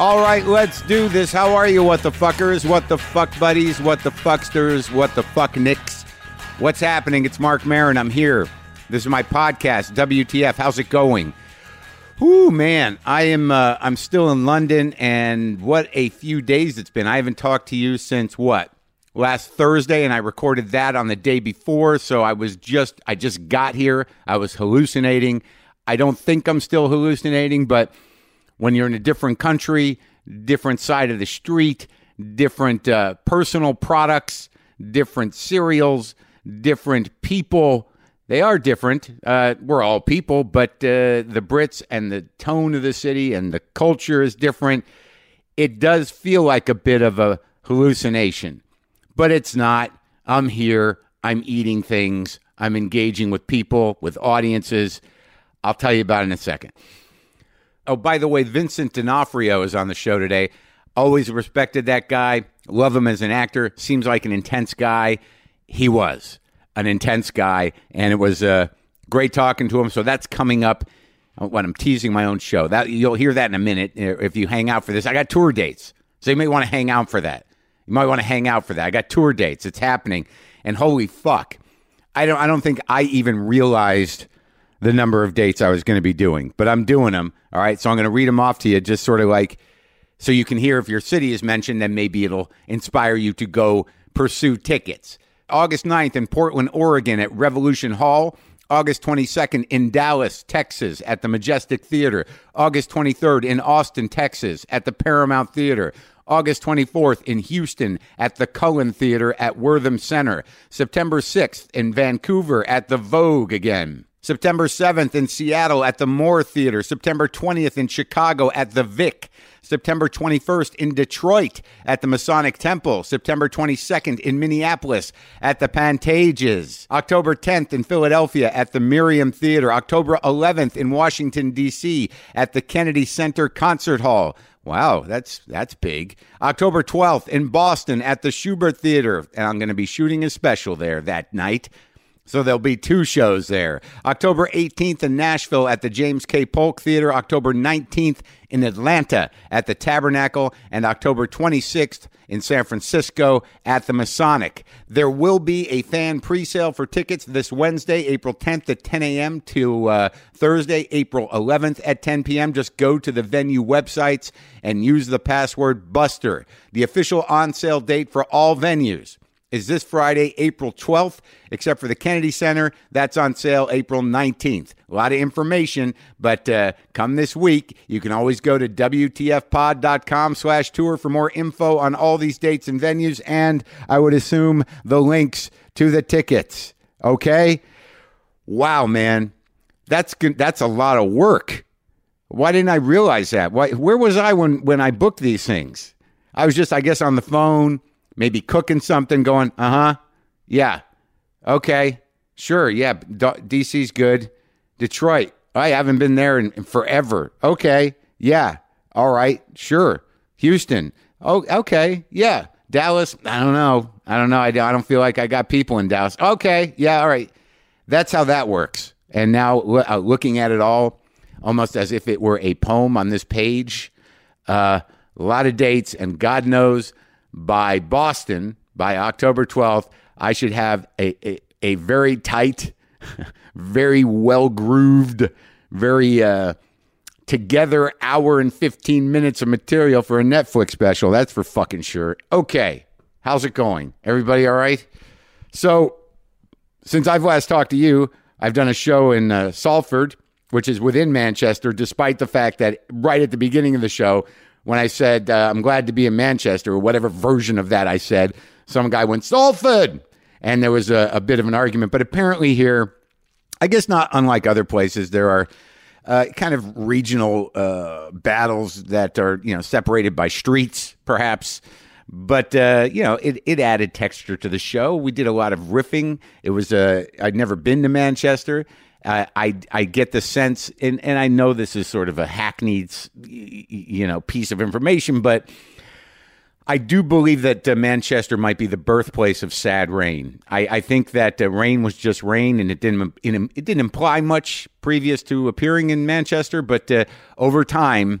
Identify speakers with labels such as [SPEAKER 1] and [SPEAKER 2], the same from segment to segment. [SPEAKER 1] All right, let's do this. How are you, what the fuckers? What the fuck buddies? What the fucksters? What the fuck nicks? What's happening? It's Mark Marin. I'm here. This is my podcast, WTF. How's it going? Whoo, man, I am. Uh, I'm still in London, and what a few days it's been. I haven't talked to you since what last Thursday, and I recorded that on the day before. So I was just. I just got here. I was hallucinating. I don't think I'm still hallucinating, but when you're in a different country, different side of the street, different uh, personal products, different cereals, different people. They are different. Uh, we're all people, but uh, the Brits and the tone of the city and the culture is different. It does feel like a bit of a hallucination, but it's not. I'm here. I'm eating things. I'm engaging with people, with audiences. I'll tell you about it in a second. Oh, by the way, Vincent D'Onofrio is on the show today. Always respected that guy. Love him as an actor. Seems like an intense guy. He was an intense guy, and it was uh, great talking to him. So that's coming up. When I'm teasing my own show, that you'll hear that in a minute. uh, If you hang out for this, I got tour dates, so you may want to hang out for that. You might want to hang out for that. I got tour dates. It's happening, and holy fuck, I don't. I don't think I even realized the number of dates I was going to be doing, but I'm doing them. All right. So I'm going to read them off to you just sort of like so you can hear if your city is mentioned, then maybe it'll inspire you to go pursue tickets. August 9th in Portland, Oregon at Revolution Hall. August 22nd in Dallas, Texas at the Majestic Theater. August 23rd in Austin, Texas at the Paramount Theater. August 24th in Houston at the Cullen Theater at Wortham Center. September 6th in Vancouver at the Vogue again. September 7th in Seattle at the Moore Theater. September 20th in Chicago at the Vic. September 21st in Detroit at the Masonic Temple. September 22nd in Minneapolis at the Pantages. October 10th in Philadelphia at the Miriam Theater. October 11th in Washington, D.C. at the Kennedy Center Concert Hall. Wow, that's that's big. October 12th in Boston at the Schubert Theater, and I'm going to be shooting a special there that night. So there'll be two shows there. October 18th in Nashville at the James K. Polk Theater, October 19th in Atlanta at the Tabernacle, and October 26th in San Francisco at the Masonic. There will be a fan presale for tickets this Wednesday, April 10th at 10 a.m. to uh, Thursday, April 11th at 10 p.m. Just go to the venue websites and use the password BUSTER. The official on sale date for all venues is this Friday, April 12th, except for the Kennedy Center. That's on sale April 19th. A lot of information, but uh, come this week, you can always go to WTFpod.com slash tour for more info on all these dates and venues, and I would assume the links to the tickets. Okay? Wow, man. That's, good. that's a lot of work. Why didn't I realize that? Why, where was I when, when I booked these things? I was just, I guess, on the phone, maybe cooking something, going, uh huh, yeah, okay, sure, yeah, D- DC's good. Detroit, I haven't been there in, in forever. Okay, yeah, all right, sure. Houston, oh, okay, yeah. Dallas, I don't know. I don't know. I don't I don't feel like I got people in Dallas. Okay, yeah, all right. That's how that works. And now lo- uh, looking at it all almost as if it were a poem on this page, uh, a lot of dates, and God knows by Boston, by October 12th, I should have a, a, a very tight, very well grooved, very uh, together hour and 15 minutes of material for a Netflix special. That's for fucking sure. Okay, how's it going? Everybody all right? So, since I've last talked to you, I've done a show in uh, Salford, which is within Manchester, despite the fact that right at the beginning of the show, when I said, uh, I'm glad to be in Manchester, or whatever version of that I said, some guy went, Salford! And there was a, a bit of an argument. But apparently, here, I guess not unlike other places, there are uh, kind of regional uh, battles that are you know separated by streets, perhaps. But uh, you know, it, it added texture to the show. We did a lot of riffing. It was uh, I'd never been to Manchester. Uh, I I get the sense, and and I know this is sort of a hackneyed y- y- you know piece of information, but I do believe that uh, Manchester might be the birthplace of sad rain. I, I think that uh, rain was just rain, and it didn't it, it didn't imply much previous to appearing in Manchester. But uh, over time,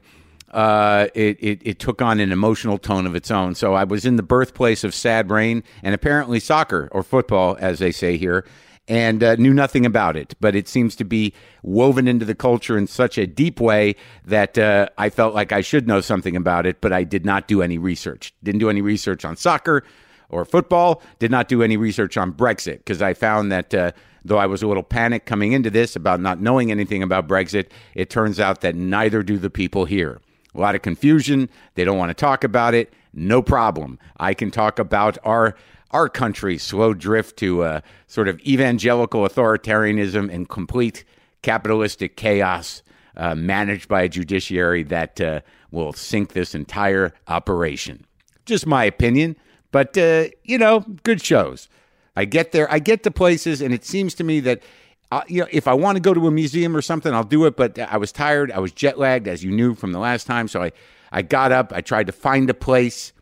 [SPEAKER 1] uh, it, it, it took on an emotional tone of its own. So I was in the birthplace of sad rain and apparently soccer or football, as they say here, and uh, knew nothing about it. But it seems to be woven into the culture in such a deep way that uh, I felt like I should know something about it, but I did not do any research. Didn't do any research on soccer or football. Did not do any research on Brexit because I found that uh, though I was a little panicked coming into this about not knowing anything about Brexit, it turns out that neither do the people here. A lot of confusion. They don't want to talk about it. No problem. I can talk about our our country's slow drift to uh, sort of evangelical authoritarianism and complete capitalistic chaos uh, managed by a judiciary that uh, will sink this entire operation. Just my opinion, but uh, you know, good shows. I get there, I get to places, and it seems to me that I, you know, if I want to go to a museum or something, I'll do it. But I was tired, I was jet lagged, as you knew from the last time. So I, I got up, I tried to find a place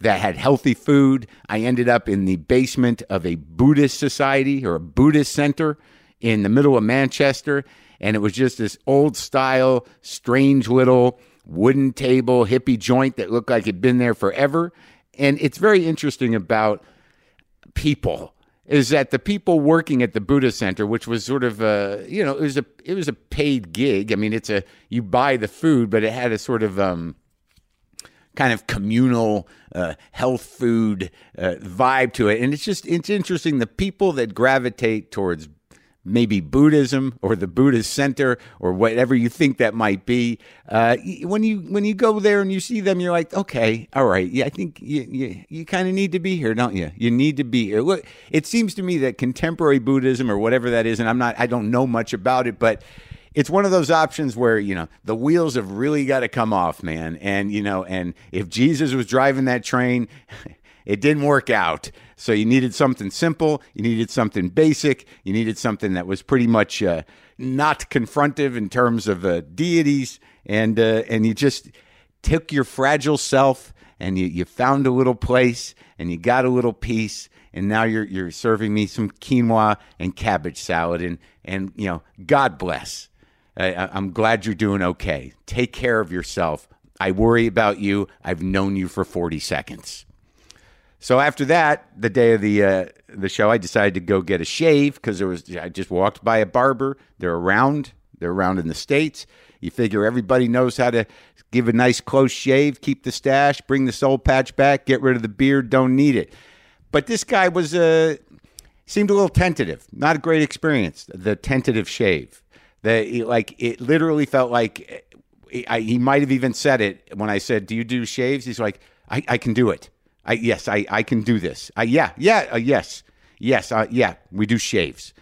[SPEAKER 1] that had healthy food. I ended up in the basement of a Buddhist society or a Buddhist center in the middle of Manchester. And it was just this old style, strange little wooden table, hippie joint that looked like it'd been there forever. And it's very interesting about people is that the people working at the Buddha Center, which was sort of a you know it was a it was a paid gig. I mean, it's a you buy the food, but it had a sort of um, kind of communal uh, health food uh, vibe to it, and it's just it's interesting the people that gravitate towards maybe Buddhism or the Buddhist Center or whatever you think that might be. Uh, y- when you when you go there and you see them, you're like, okay, all right, yeah, I think you you, you kind of need to be here, don't you? You need to be here. Look, it seems to me that contemporary Buddhism or whatever that is, and I'm not, I don't know much about it, but. It's one of those options where, you know, the wheels have really got to come off, man. And, you know, and if Jesus was driving that train, It didn't work out. So you needed something simple, you needed something basic, you needed something that was pretty much uh, not confrontive in terms of uh, deities, and uh, and you just took your fragile self and you, you found a little place and you got a little peace. And now you're you're serving me some quinoa and cabbage salad, and and you know, God bless. I, I- I'm glad you're doing okay. Take care of yourself. I worry about you. I've known you for 40 seconds. So after that, the day of the uh, the show, I decided to go get a shave because there was I just walked by a barber. They're around. They're around in the states. You figure everybody knows how to give a nice close shave, keep the stash, bring the soul patch back, get rid of the beard. Don't need it. But this guy was uh, seemed a little tentative. Not a great experience. The tentative shave. The like it literally felt like eh, I, he might have even said it when I said, "Do you do shaves?" He's like, "I, I can do it. I yes, I, I can do this. I yeah yeah uh, yes yes uh, yeah we do shaves."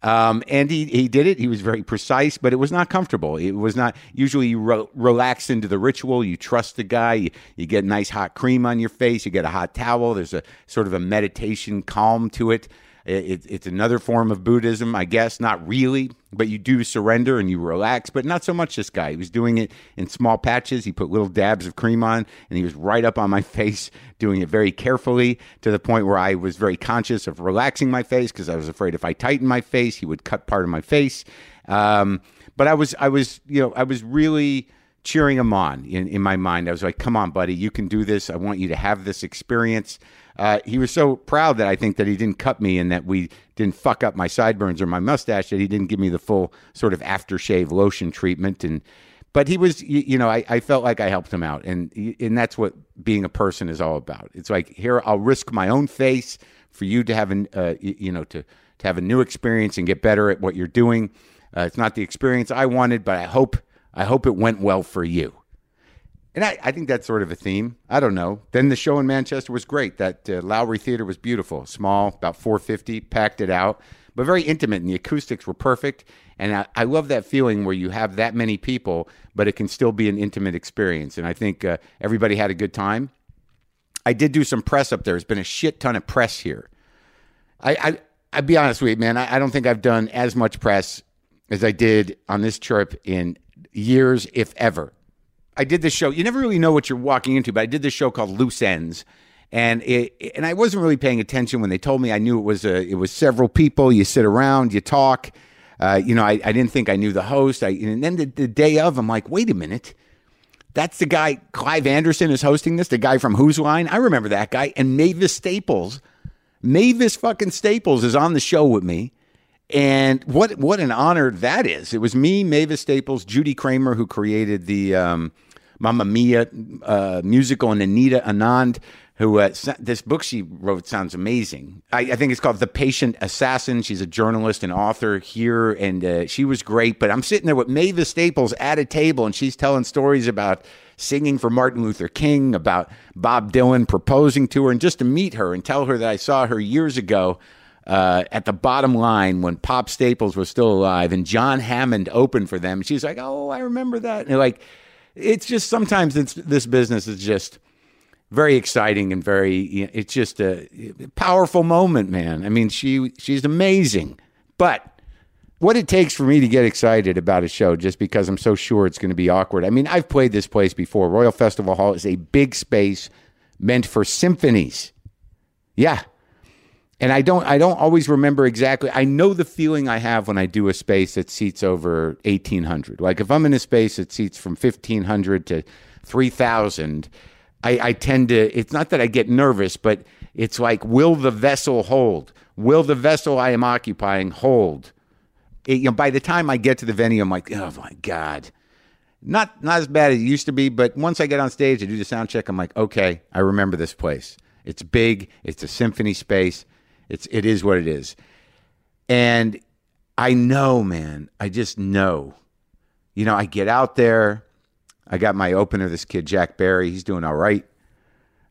[SPEAKER 1] Um, and he, he did it. He was very precise, but it was not comfortable. It was not usually you re- relax into the ritual. You trust the guy. You, you get nice hot cream on your face. You get a hot towel. There's a sort of a meditation calm to it. It, it- it's another form of Buddhism, I guess. Not really, but you do surrender and you relax. But not so much this guy. He was doing it in small patches. He put little dabs of cream on, and he was right up on my face, doing it very carefully to the point where I was very conscious of relaxing my face because I was afraid if I tightened my face, he would cut part of my face. Um, but I was, I was, you know, I was really cheering him on in, in my mind. I was like, come on, buddy, you can do this. I want you to have this experience. Uh, he was so proud that I think that he didn't cut me and that we didn't fuck up my sideburns or my mustache that he didn't give me the full sort of aftershave lotion treatment. And but he was, you, you know, I, I felt like I helped him out, and and that's what being a person is all about. It's like here I'll risk my own face for you to have an, uh, y- you know, to to have a new experience and get better at what you're doing. Uh, it's not the experience I wanted, but I hope I hope it went well for you. And I, I think that's sort of a theme. I don't know. Then the show in Manchester was great. That uh, Lowry Theater was beautiful, small, about 450, packed it out, but very intimate, and the acoustics were perfect. And I, I love that feeling where you have that many people, but it can still be an intimate experience. And I think uh, everybody had a good time. I did do some press up there. There's been a shit ton of press here. I, I I'd be honest with you, man. I, I don't think I've done as much press as I did on this trip in years, if ever. I did this show. You never really know what you're walking into, but I did this show called Loose Ends, and it and I wasn't really paying attention when they told me. I knew it was a it was several people. You sit around, you talk. Uh, you know, I, I didn't think I knew the host. I, and then the, the day of, I'm like, wait a minute That's the guy, Clive Anderson is hosting this, the guy from Who's Line. I remember that guy. And Mavis Staples. Mavis fucking Staples is on the show with me. And what what an honor that is. It was me, Mavis Staples, Judy Kramer, who created the um, Mamma Mia uh, musical, and Anita Anand, who uh, s- this book she wrote sounds amazing. I, I think it's called The Patient Assassin. She's a journalist and author here, and uh, she was great. But I'm sitting there with Mavis Staples at a table, and she's telling stories about singing for Martin Luther King, about Bob Dylan proposing to her, and just to meet her and tell her that I saw her years ago uh, at the bottom line when Pop Staples was still alive and John Hammond opened for them. She's like, "Oh, I remember that." And like, it's just sometimes it's, this business is just very exciting and very. you know, It's just a powerful moment, man. I mean, she she's amazing, but. What it takes for me to get excited about a show just because I'm so sure it's going to be awkward. I mean, I've played this place before. Royal Festival Hall is a big space meant for symphonies. Yeah, and I don't I don't always remember exactly. I know the feeling I have when I do a space that seats over 1800. Like if I'm in a space that seats from 1500 to 3000, I, I tend to it's not that I get nervous, but it's like will the vessel hold? Will the vessel I am occupying hold? It- you know, by the time I get to the venue, I'm like, oh my god, not not as bad as it used to be, but once I get on stage, I do the sound check. I'm like, okay, I remember this place. It's big. It's a symphony space. It's it is what it is, and I know, man. I just know. You know, I get out there. I got my opener. This kid, Jack Barry. He's doing all right.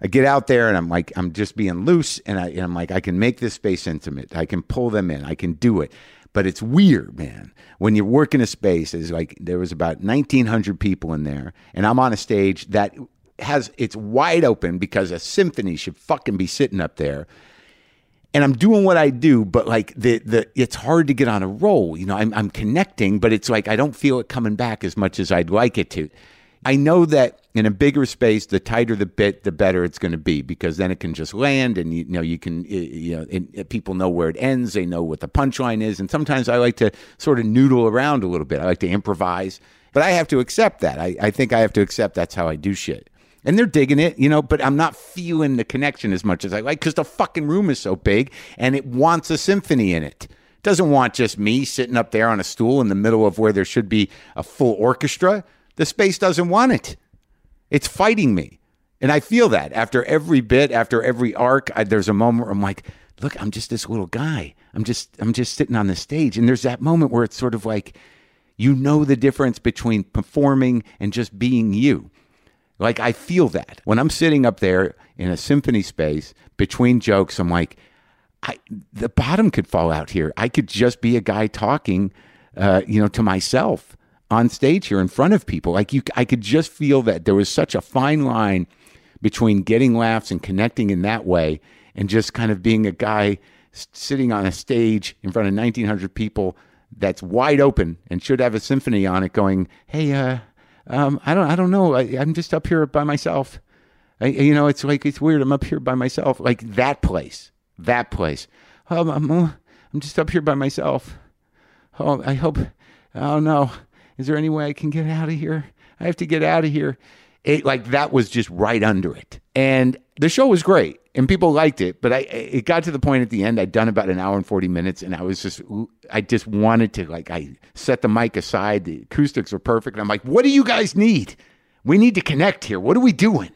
[SPEAKER 1] I get out there and I'm like, I'm just being loose, and, I, and I'm like, I can make this space intimate. I can pull them in. I can do it. But it's weird, man. When you work in a space, is like there was about 1,900 people in there, and I'm on a stage that has it's wide open because a symphony should fucking be sitting up there and I'm doing what I do, but like the the it's hard to get on a roll. You know, I'm I'm connecting, but it's like I don't feel it coming back as much as I'd like it to. I know that in a bigger space, the tighter the bit, the better it's going to be because then it can just land, and you, know you can uh, you know and uh, people know where it ends, they know what the punchline is, and sometimes I like to sort of noodle around a little bit. I like to improvise, but I have to accept that. I, I think I have to accept that's how I do shit and they're digging it, you know, but I'm not feeling the connection as much as I like because the fucking room is so big and it wants a symphony in it. It doesn't want just me sitting up there on a stool in the middle of where there should be a full orchestra. The space doesn't want it. It's fighting me. And I feel that after every bit, after every arc, I, there's a moment where I'm like, look, I'm just this little guy. I'm just, I'm just sitting on the stage. And there's that moment where it's sort of like, you know, the difference between performing and just being you. Like I feel that when I'm sitting up there in a symphony space between jokes, I'm like, I the bottom could fall out here. I could just be a guy talking, uh, you know, to myself on stage here in front of people. Like you, I could just feel that there was such a fine line between getting laughs and connecting in that way, and just kind of being a guy s- sitting on a stage in front of 1,900 people that's wide open and should have a symphony on it, going, "Hey, uh." um, I don't, I don't know. I, I'm just up here by myself. I, you know, it's like it's weird. I'm up here by myself. Like that place, that place. Um, I'm, uh, I'm just up here by myself. Oh, I hope. Oh no, is there any way I can get out of here? I have to get out of here. It like that was just right under it, and the show was great, and people liked it. But I, it got to the point at the end. I'd done about an hour and forty minutes, and I was just, I just wanted to like, I set the mic aside. The acoustics were perfect, and I'm like, what do you guys need? We need to connect here. What are we doing?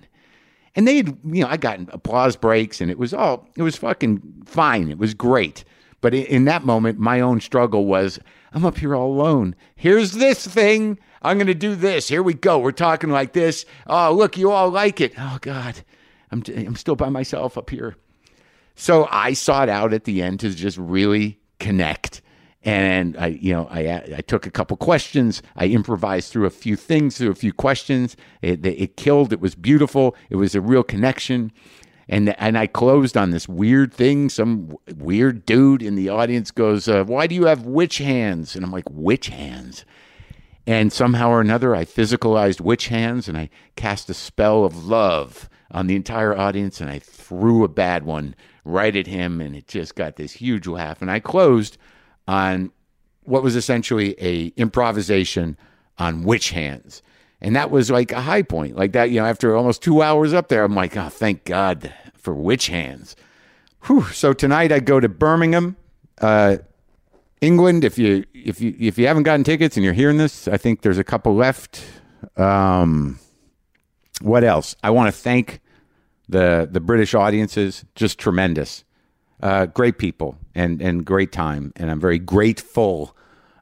[SPEAKER 1] And they had, you know, I got applause breaks and it was all, it was fucking fine. It was great. But in, in that moment, my own struggle was I'm up here all alone. Here's this thing. I'm going to do this. Here we go. We're talking like this. Oh, look, you all like it. Oh, God. I'm, I'm still by myself up here. So I sought out at the end to just really connect. And I, you know, I I took a couple questions. I improvised through a few things, through a few questions. It, it killed. It was beautiful. It was a real connection. And and I closed on this weird thing. Some w- weird dude in the audience goes, uh, "Why do you have witch hands?" And I'm like, "Witch hands." And somehow or another, I physicalized witch hands and I cast a spell of love on the entire audience and I threw a bad one right at him and it just got this huge laugh. And I closed on what was essentially a improvisation on witch hands. And that was like a high point. Like that, you know, after almost two hours up there, I'm like, oh, thank God for witch hands. Whew. So tonight I go to Birmingham, uh, England. If you if you if you haven't gotten tickets and you're hearing this, I think there's a couple left. Um, what else? I want to thank the the British audiences. Just tremendous, uh, great people and and great time. And I'm very grateful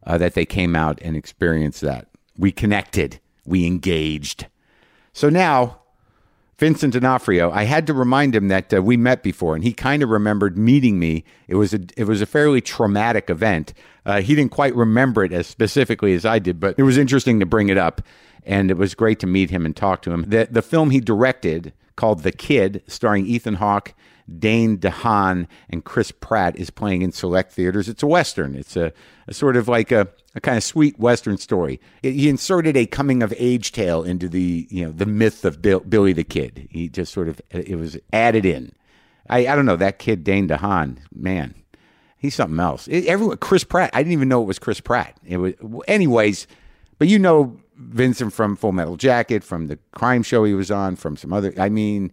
[SPEAKER 1] uh, that they came out and experienced that. We connected. We engaged. So now Vincent D'Onofrio, I had to remind him that uh, we met before, and he kind of remembered meeting me. It was a it was a fairly traumatic event. Uh, he didn't quite remember it as specifically as I did, but it was interesting to bring it up, and it was great to meet him and talk to him. The the film he directed called The Kid, starring Ethan Hawke, Dane DeHaan, and Chris Pratt, is playing in select theaters. It's a western. It's a, a sort of like a a kind of sweet western story. It- he inserted a coming of age tale into the you know the myth of Bill, Billy the Kid. He just sort of it was added in. I, I don't know that kid Dane DeHaan, man, he's something else. It- everyone, Chris Pratt. I didn't even know it was Chris Pratt. It was anyways, but you know Vincent from Full Metal Jacket, from the crime show he was on, from some other. I mean,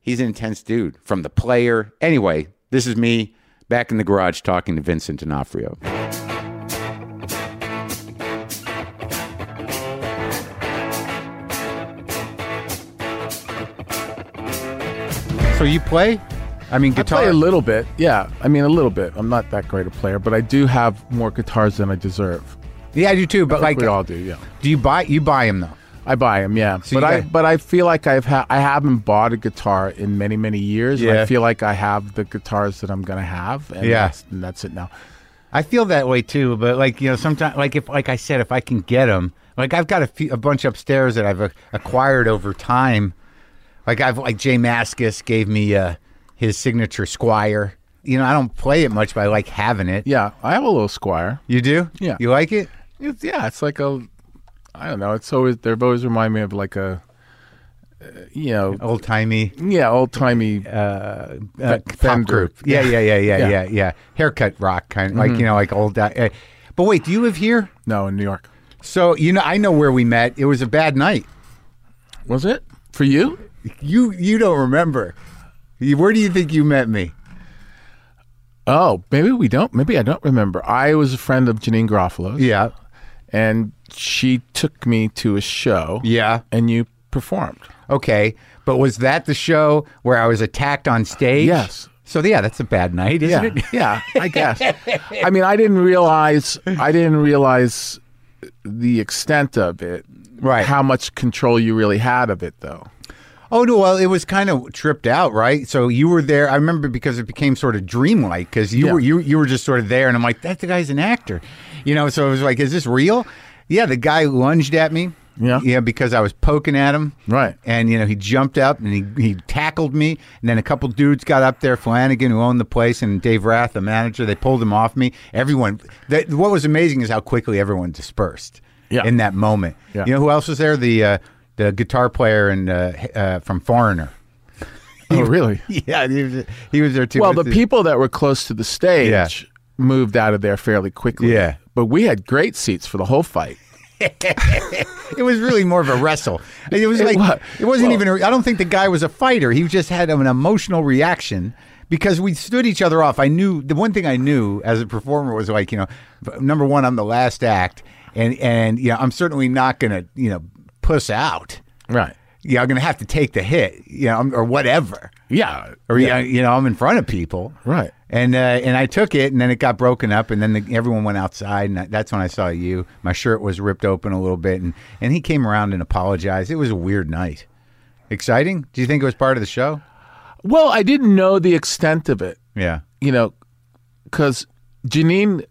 [SPEAKER 1] he's an intense dude. From the player. Anyway, this is me back in the garage talking to Vincent D'Onofrio. So you play? I mean, guitar.
[SPEAKER 2] I play a little bit. Yeah, I mean a little bit. I'm not that great a player, but I do have more guitars than I deserve.
[SPEAKER 1] yeah, I do too. But
[SPEAKER 2] Like
[SPEAKER 1] like,
[SPEAKER 2] we all do. Yeah,
[SPEAKER 1] do you buy? You buy him though.
[SPEAKER 2] I buy them. Yeah,
[SPEAKER 1] So
[SPEAKER 2] but
[SPEAKER 1] you
[SPEAKER 2] I
[SPEAKER 1] got-
[SPEAKER 2] but I feel like I've ha- I haven't bought a guitar in many many years. and
[SPEAKER 1] Yeah.
[SPEAKER 2] I feel like I have the guitars that I'm gonna have. And
[SPEAKER 1] Yeah.
[SPEAKER 2] that's, and that's it now.
[SPEAKER 1] I feel that way too, but like you know, sometimes, like if, like I said, if I can get them, like I've got a, few, a bunch upstairs that I've uh, acquired over time. Like I've like Jay Maskus gave me uh, his signature Squire. You know, I don't play it much, but I like having it.
[SPEAKER 2] Yeah, I have a little Squire.
[SPEAKER 1] You do?
[SPEAKER 2] Yeah.
[SPEAKER 1] You like it?
[SPEAKER 2] It's, yeah, it's like a. I don't know. It's always they've always remind me of like a. Uh, you know.
[SPEAKER 1] Old timey
[SPEAKER 2] Yeah, old timey.
[SPEAKER 1] uh,
[SPEAKER 2] Fe-
[SPEAKER 1] pop
[SPEAKER 2] femme
[SPEAKER 1] group.
[SPEAKER 2] group.
[SPEAKER 1] Yeah, yeah, yeah, yeah, yeah,
[SPEAKER 2] Yeah.
[SPEAKER 1] yeah, Haircut rock kind of like you know, like old. Uh, but wait, do you live here?
[SPEAKER 2] no, in New York.
[SPEAKER 1] So you know, I know where we met. It was a bad night.
[SPEAKER 2] Was it for you?
[SPEAKER 1] You you don't remember? You- Where do you think you met me?
[SPEAKER 2] Oh, maybe we don't. Maybe I don't remember. I was a friend of Janine Garofalo's.
[SPEAKER 1] Yeah.
[SPEAKER 2] And she took me to a show.
[SPEAKER 1] Yeah.
[SPEAKER 2] And you performed.
[SPEAKER 1] Okay. But was that the show where I was attacked on stage?
[SPEAKER 2] Yes.
[SPEAKER 1] So yeah, that's a bad night, isn't it?
[SPEAKER 2] yeah, I guess. I mean, I didn't realize I didn't realize the extent of it.
[SPEAKER 1] Right.
[SPEAKER 2] How much control you really had of it though.
[SPEAKER 1] Oh no, well it was kind of tripped out, right? So you were there. I remember because it became sort of dreamlike because you
[SPEAKER 2] Yeah.
[SPEAKER 1] were you you were just sort of there, and I'm like, that the guy's an actor, you know. So it was like, is this real? Yeah, the guy lunged at me.
[SPEAKER 2] Yeah.
[SPEAKER 1] yeah, because I was poking at him.
[SPEAKER 2] Right.
[SPEAKER 1] and you know he jumped up and he, he tackled me and then a couple dudes got up there flanagan who owned the place and dave rath the manager they pulled him off me everyone that, what was amazing is how quickly everyone dispersed
[SPEAKER 2] Yeah.
[SPEAKER 1] in that moment
[SPEAKER 2] Yeah.
[SPEAKER 1] you know who else was there the uh, the guitar player and uh, uh, from foreigner
[SPEAKER 2] Oh, really?
[SPEAKER 1] yeah he was, he was there too
[SPEAKER 2] Well, the
[SPEAKER 1] But
[SPEAKER 2] people that were close to the stage moved out of there fairly quickly.
[SPEAKER 1] Yeah.
[SPEAKER 2] But we had great seats for the whole fight.
[SPEAKER 1] it was really more of a wrestle it was
[SPEAKER 2] It
[SPEAKER 1] like
[SPEAKER 2] wa-
[SPEAKER 1] it wasn't
[SPEAKER 2] well-
[SPEAKER 1] even a, i don't think the guy was a fighter he just had an emotional reaction because we stood each other off i knew the one thing i knew as a performer was like you know f- number one i'm the last act and and you know i'm certainly not gonna you know puss out
[SPEAKER 2] Right.
[SPEAKER 1] you know, i'm gonna have to take the hit you know I'm- or whatever
[SPEAKER 2] Yeah.
[SPEAKER 1] or yeah. you know i'm in front of people
[SPEAKER 2] Right.
[SPEAKER 1] and uh, and I took it, and then it got broken up, and then the, everyone went outside, and I, that's when I saw you. My shirt was ripped open a little bit, and and he came around and apologized. It was a weird night. Exciting? Do you think it was part of the show?
[SPEAKER 2] Well, I didn't know the extent of it,
[SPEAKER 1] Yeah.
[SPEAKER 2] you know, because Janine,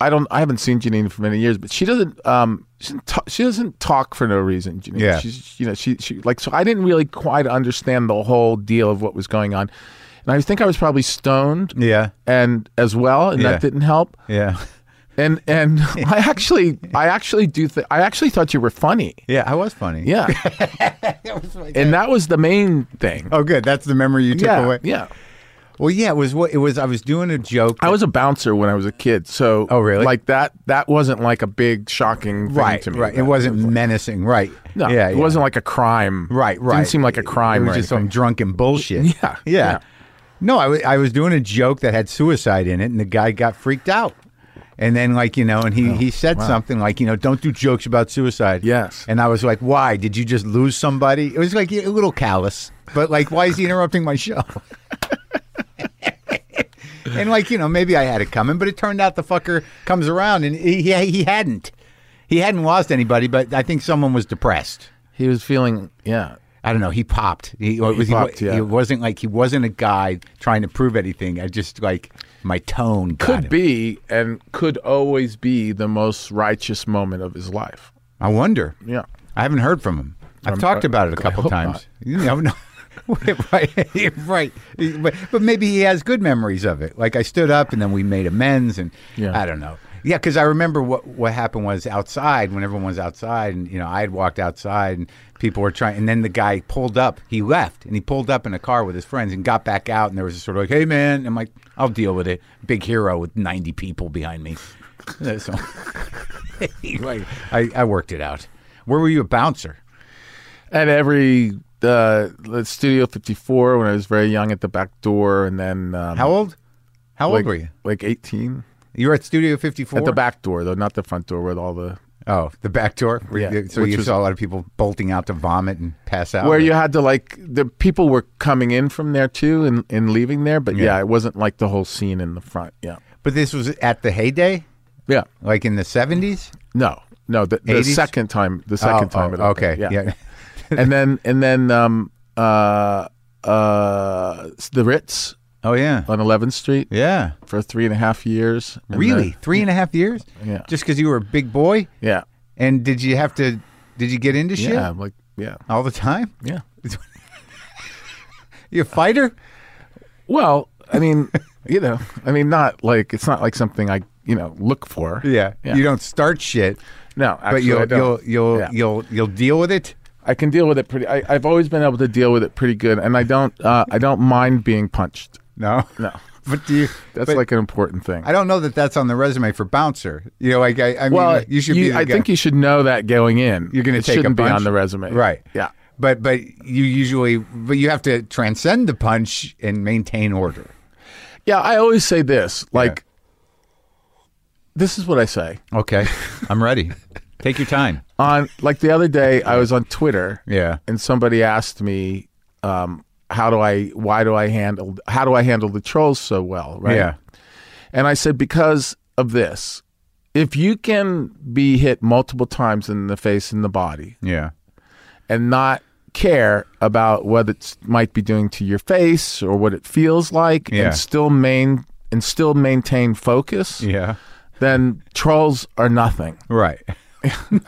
[SPEAKER 2] I don't, I haven't seen Janine for many years, but she doesn't, um, she doesn't, ta- she doesn't talk for no reason. Janine.
[SPEAKER 1] Yeah.
[SPEAKER 2] she's, you know, she, she like, so I didn't really quite understand the whole deal of what was going on, and I think I was probably stoned,
[SPEAKER 1] Yeah.
[SPEAKER 2] and as well, and
[SPEAKER 1] Yeah.
[SPEAKER 2] that didn't help.
[SPEAKER 1] Yeah.
[SPEAKER 2] And and I actually, I actually do, th- I actually thought you were funny.
[SPEAKER 1] Yeah. I was funny.
[SPEAKER 2] Yeah, and that was the main thing.
[SPEAKER 1] Oh, good. That's the memory you Oh, took
[SPEAKER 2] yeah,
[SPEAKER 1] away.
[SPEAKER 2] yeah.
[SPEAKER 1] Well, yeah, it was what it was. I was doing a joke.
[SPEAKER 2] I was a bouncer when I was a kid, so
[SPEAKER 1] Oh, really?
[SPEAKER 2] Like that that wasn't like a big shocking thing
[SPEAKER 1] right,
[SPEAKER 2] to me.
[SPEAKER 1] right. It wasn't menacing, right?
[SPEAKER 2] No,
[SPEAKER 1] yeah,
[SPEAKER 2] it
[SPEAKER 1] yeah.
[SPEAKER 2] wasn't like a crime.
[SPEAKER 1] Right, right.
[SPEAKER 2] Didn't seem like a crime.
[SPEAKER 1] It was
[SPEAKER 2] or
[SPEAKER 1] just
[SPEAKER 2] anything.
[SPEAKER 1] some drunken bullshit.
[SPEAKER 2] Yeah,
[SPEAKER 1] yeah.
[SPEAKER 2] yeah.
[SPEAKER 1] No, I wa- I was doing a joke that had suicide in it, and the guy got freaked out. And then, like you know, and he, he said something like, you know, don't do jokes about suicide.
[SPEAKER 2] Oh, Yes.
[SPEAKER 1] And I was like, why? Did you just lose somebody? It was like a little callous, but like, why is he interrupting my show? and like you know, maybe I had it coming, but it turned out the fucker comes around, and he he, he hadn't, he hadn't lost anybody, but I think someone was depressed.
[SPEAKER 2] He was feeling yeah.
[SPEAKER 1] I don't know. He popped. He, it was,
[SPEAKER 2] popped, yeah.
[SPEAKER 1] It wasn't like he wasn't a guy trying to prove anything. I just like my tone got
[SPEAKER 2] Could
[SPEAKER 1] him.
[SPEAKER 2] be and could always be the most righteous moment of his life.
[SPEAKER 1] I wonder.
[SPEAKER 2] Yeah.
[SPEAKER 1] I haven't heard from him. I've talked about it a couple
[SPEAKER 2] uh, hope
[SPEAKER 1] times. You never know. right, right. But, but maybe he has good memories of it. Like I stood up and then we made amends, and
[SPEAKER 2] Yeah.
[SPEAKER 1] I don't know. Yeah, because I remember what what happened was outside when everyone was outside, and you know I had walked outside and people were trying, and then the guy pulled up. He left and he pulled up in a car with his friends and got back out, and there was a sort of like, "Hey man," I'm like, "I'll deal with it." Big hero with ninety people behind me. So, like, I, I worked it out. Where were you a bouncer?
[SPEAKER 2] At every uh, Studio 54 when I was very young at the back door, and then um,
[SPEAKER 1] How old? How
[SPEAKER 2] like,
[SPEAKER 1] old were you?
[SPEAKER 2] Like 18
[SPEAKER 1] You were at Studio 54?
[SPEAKER 2] at the back door though, not the front door with all the
[SPEAKER 1] Oh, the back door? Were you-
[SPEAKER 2] Yeah.
[SPEAKER 1] So
[SPEAKER 2] Which
[SPEAKER 1] you
[SPEAKER 2] was-
[SPEAKER 1] saw a lot of people bolting out to vomit and pass out?
[SPEAKER 2] where you had to like the people were coming in from there too and, and leaving there but yeah.
[SPEAKER 1] Yeah.
[SPEAKER 2] it wasn't like the whole scene in the front yeah
[SPEAKER 1] But this was at the heyday?
[SPEAKER 2] yeah
[SPEAKER 1] Like in the 70s?
[SPEAKER 2] no no the, the
[SPEAKER 1] 80s?
[SPEAKER 2] second time the second
[SPEAKER 1] Oh,
[SPEAKER 2] time it
[SPEAKER 1] oh, okay.
[SPEAKER 2] opened.
[SPEAKER 1] Yeah.
[SPEAKER 2] and then and then um uh uh the ritz
[SPEAKER 1] Oh, yeah.
[SPEAKER 2] on 11th street
[SPEAKER 1] Yeah.
[SPEAKER 2] for three and a half years And
[SPEAKER 1] Really?
[SPEAKER 2] then-
[SPEAKER 1] Three and a half years?
[SPEAKER 2] Yeah.
[SPEAKER 1] Just because you were a big boy?
[SPEAKER 2] yeah
[SPEAKER 1] And did you have to, did you get into shit
[SPEAKER 2] yeah like yeah
[SPEAKER 1] all the time?
[SPEAKER 2] yeah
[SPEAKER 1] You a fighter?
[SPEAKER 2] well i mean you know i mean not like it's not like something i you know look for yeah.
[SPEAKER 1] You don't start shit,
[SPEAKER 2] no actually,
[SPEAKER 1] but you'll,
[SPEAKER 2] I don't.
[SPEAKER 1] you'll, you'll,
[SPEAKER 2] Yeah.
[SPEAKER 1] you'll, you'll deal with it?
[SPEAKER 2] I can deal with it pretty. I, I've always been able to deal with it pretty good, and I don't. Uh, I don't mind being punched.
[SPEAKER 1] No.
[SPEAKER 2] No,
[SPEAKER 1] But do you,
[SPEAKER 2] that's
[SPEAKER 1] but-
[SPEAKER 2] like an important thing.
[SPEAKER 1] I don't know that that's on the resume for bouncer. You know, like I, I mean,
[SPEAKER 2] well,
[SPEAKER 1] you should be. The
[SPEAKER 2] I
[SPEAKER 1] guy.
[SPEAKER 2] think you should know that going in.
[SPEAKER 1] You're gonna
[SPEAKER 2] It
[SPEAKER 1] take a
[SPEAKER 2] shouldn't be
[SPEAKER 1] punch?
[SPEAKER 2] on the resume,
[SPEAKER 1] right.
[SPEAKER 2] Yeah.
[SPEAKER 1] but but you usually, but you have to transcend the punch and maintain order.
[SPEAKER 2] Yeah, I always say this. Like, this is what I say.
[SPEAKER 1] Okay, I'm ready. Take your time.
[SPEAKER 2] On like the other day, I was on Twitter.
[SPEAKER 1] Yeah.
[SPEAKER 2] and somebody asked me, um, "How do I? Why do I handle? How do I handle the trolls so well?" Right.
[SPEAKER 1] Yeah.
[SPEAKER 2] And I said, because of this, if you can be hit multiple times in the face and the body
[SPEAKER 1] Yeah.
[SPEAKER 2] and not care about what it might be doing to your face or what it feels like
[SPEAKER 1] Yeah.
[SPEAKER 2] and still main and still maintain focus,
[SPEAKER 1] Yeah.
[SPEAKER 2] then trolls are nothing.
[SPEAKER 1] Right.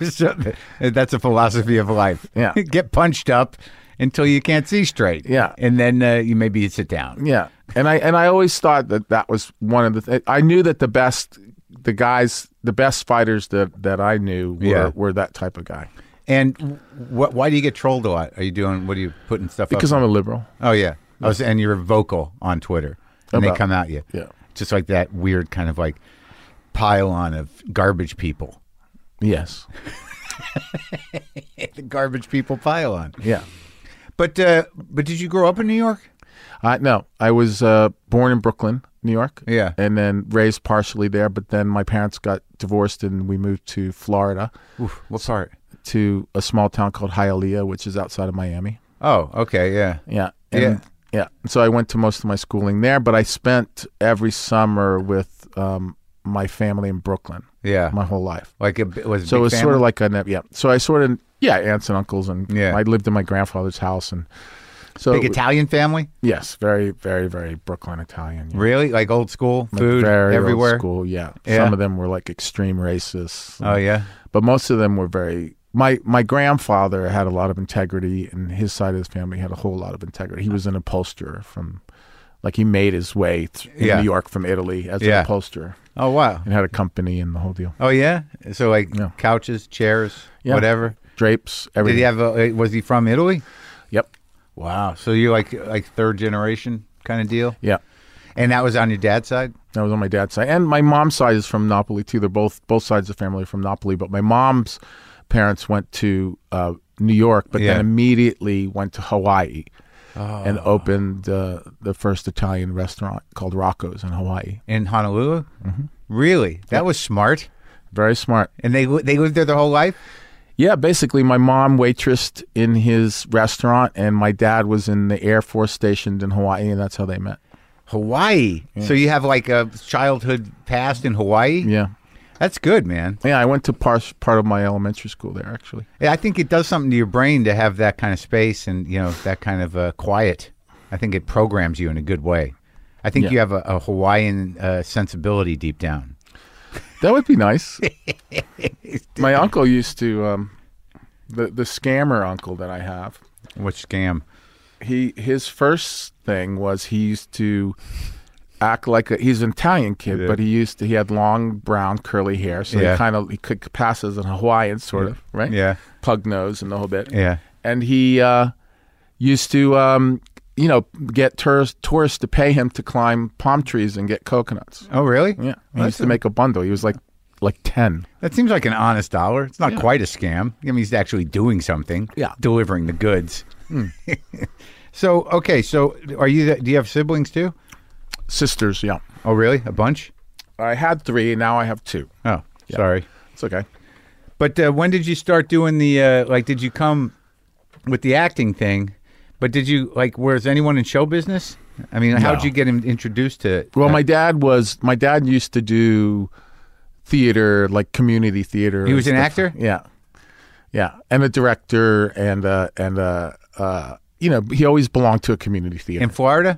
[SPEAKER 1] So, that's a philosophy of life.
[SPEAKER 2] Yeah.
[SPEAKER 1] Get punched up until you can't see straight.
[SPEAKER 2] Yeah.
[SPEAKER 1] And then uh, you maybe you sit down.
[SPEAKER 2] Yeah, and I and I always thought that that was one of the. Th- I knew that the best, the guys, the best fighters that that I knew were
[SPEAKER 1] Yeah.
[SPEAKER 2] were that type of guy
[SPEAKER 1] And wh- why do you get trolled a lot? Are you doing? What are you putting stuff? up
[SPEAKER 2] because I'm a liberal.
[SPEAKER 1] Oh yeah, I was, and you're vocal on Twitter, and they
[SPEAKER 2] About-
[SPEAKER 1] come at you.
[SPEAKER 2] yeah.
[SPEAKER 1] just like that weird kind of like pile on of garbage people.
[SPEAKER 2] Yes.
[SPEAKER 1] the garbage people pile on.
[SPEAKER 2] Yeah.
[SPEAKER 1] But uh, but did you grow up in New York?
[SPEAKER 2] I no, I was uh, born in Brooklyn, New York.
[SPEAKER 1] Yeah.
[SPEAKER 2] and then raised partially there, but then my parents got divorced and we moved to Florida,
[SPEAKER 1] what part?
[SPEAKER 2] to a small town called Hialeah, which is outside of Miami.
[SPEAKER 1] Oh, okay, yeah,
[SPEAKER 2] Yeah,
[SPEAKER 1] Yeah.
[SPEAKER 2] and, yeah. So I went to most of my schooling there, but I spent every summer with um, my family in Brooklyn
[SPEAKER 1] yeah.
[SPEAKER 2] my whole life.
[SPEAKER 1] like a bi- was it
[SPEAKER 2] So
[SPEAKER 1] Ah. big
[SPEAKER 2] it was
[SPEAKER 1] family?
[SPEAKER 2] sort of like a ne- yeah. So I sort of yeah, aunts and uncles and
[SPEAKER 1] Yeah.
[SPEAKER 2] I lived in my grandfather's house and so
[SPEAKER 1] big Italian family.
[SPEAKER 2] yes, very very very Brooklyn Italian. yeah.
[SPEAKER 1] Really, like old school
[SPEAKER 2] Like
[SPEAKER 1] food
[SPEAKER 2] very old
[SPEAKER 1] everywhere.
[SPEAKER 2] school, yeah.
[SPEAKER 1] Yeah.
[SPEAKER 2] Some of them were like extreme racists.
[SPEAKER 1] Oh yeah,
[SPEAKER 2] But most of them were very my my grandfather had a lot of integrity and his side of his family had a whole lot of integrity. He was an upholsterer from like he made his way th- in
[SPEAKER 1] Yeah.
[SPEAKER 2] New York from Italy as
[SPEAKER 1] Yeah.
[SPEAKER 2] an upholsterer
[SPEAKER 1] oh wow,
[SPEAKER 2] and had a company and the whole deal.
[SPEAKER 1] oh yeah. So like
[SPEAKER 2] Yeah.
[SPEAKER 1] couches, chairs,
[SPEAKER 2] Yeah.
[SPEAKER 1] whatever.
[SPEAKER 2] Drapes,
[SPEAKER 1] Did
[SPEAKER 2] everything.
[SPEAKER 1] he have? A, uh, was he from Italy?
[SPEAKER 2] yep.
[SPEAKER 1] Wow. So you like like third generation kind of deal?
[SPEAKER 2] Yeah.
[SPEAKER 1] And that was on your dad's side?
[SPEAKER 2] That was on my dad's side, and my mom's side is from Napoli too. They're both both sides of the family are from Napoli, but my mom's parents went to uh, New York, but
[SPEAKER 1] Yeah.
[SPEAKER 2] then immediately went to Hawaii and opened uh, the first Italian restaurant called Rocco's in Hawaii.
[SPEAKER 1] In Honolulu?
[SPEAKER 2] Mm-hmm.
[SPEAKER 1] Really? That was smart.
[SPEAKER 2] Very smart.
[SPEAKER 1] And they li- they lived there their whole life?
[SPEAKER 2] Yeah, basically, my mom waitressed in his restaurant, and my dad was in the Air Force stationed in Hawaii, and that's how they met.
[SPEAKER 1] Hawaii. So you have like a childhood past in Hawaii?
[SPEAKER 2] Yeah.
[SPEAKER 1] That's good, man.
[SPEAKER 2] Yeah, I went to part, part of my elementary school there, actually.
[SPEAKER 1] Yeah, I think it does something to your brain to have that kind of space and you know that kind of uh, quiet. I think it programs you in a good way. I think
[SPEAKER 2] Yeah.
[SPEAKER 1] you have a, a Hawaiian uh, sensibility deep down.
[SPEAKER 2] That would be nice. my uncle used to, um, the, the scammer uncle that I have,
[SPEAKER 1] What scam?
[SPEAKER 2] he his first thing was he used to act like a, he's an Italian kid,
[SPEAKER 1] Yeah.
[SPEAKER 2] but he used to he had long brown curly hair, so
[SPEAKER 1] Yeah.
[SPEAKER 2] he kind of he could pass as an Hawaiian sort of right,
[SPEAKER 1] Yeah.
[SPEAKER 2] pug nose and the whole bit,
[SPEAKER 1] Yeah.
[SPEAKER 2] and he uh, used to um, you know get tourists tourists to pay him to climb palm trees and get coconuts.
[SPEAKER 1] Oh, really?
[SPEAKER 2] Yeah, he
[SPEAKER 1] Well,
[SPEAKER 2] used to make a bundle. He was like like ten.
[SPEAKER 1] That seems like an honest dollar. It's not
[SPEAKER 2] Yeah.
[SPEAKER 1] quite a scam. I mean, he's actually doing something.
[SPEAKER 2] Yeah.
[SPEAKER 1] Delivering the goods. Hmm. so okay, so are you? The, do you have siblings too?
[SPEAKER 2] Sisters, yeah.
[SPEAKER 1] Oh, really? A bunch?
[SPEAKER 2] I had three, now I have two.
[SPEAKER 1] Oh, sorry.
[SPEAKER 2] It's okay.
[SPEAKER 1] But uh, when did you start doing the uh, like? Did you come with the acting thing? But did you like? Was anyone in show business? I mean, how'd
[SPEAKER 2] No.
[SPEAKER 1] you get him introduced to? uh,
[SPEAKER 2] Well, my dad was my dad used to do theater, like community theater.
[SPEAKER 1] He was
[SPEAKER 2] and
[SPEAKER 1] an
[SPEAKER 2] stuff.
[SPEAKER 1] actor?
[SPEAKER 2] Yeah, yeah, and a director, and uh, and uh, uh, you know, he always belonged to a community theater
[SPEAKER 1] in
[SPEAKER 2] in,
[SPEAKER 1] Florida,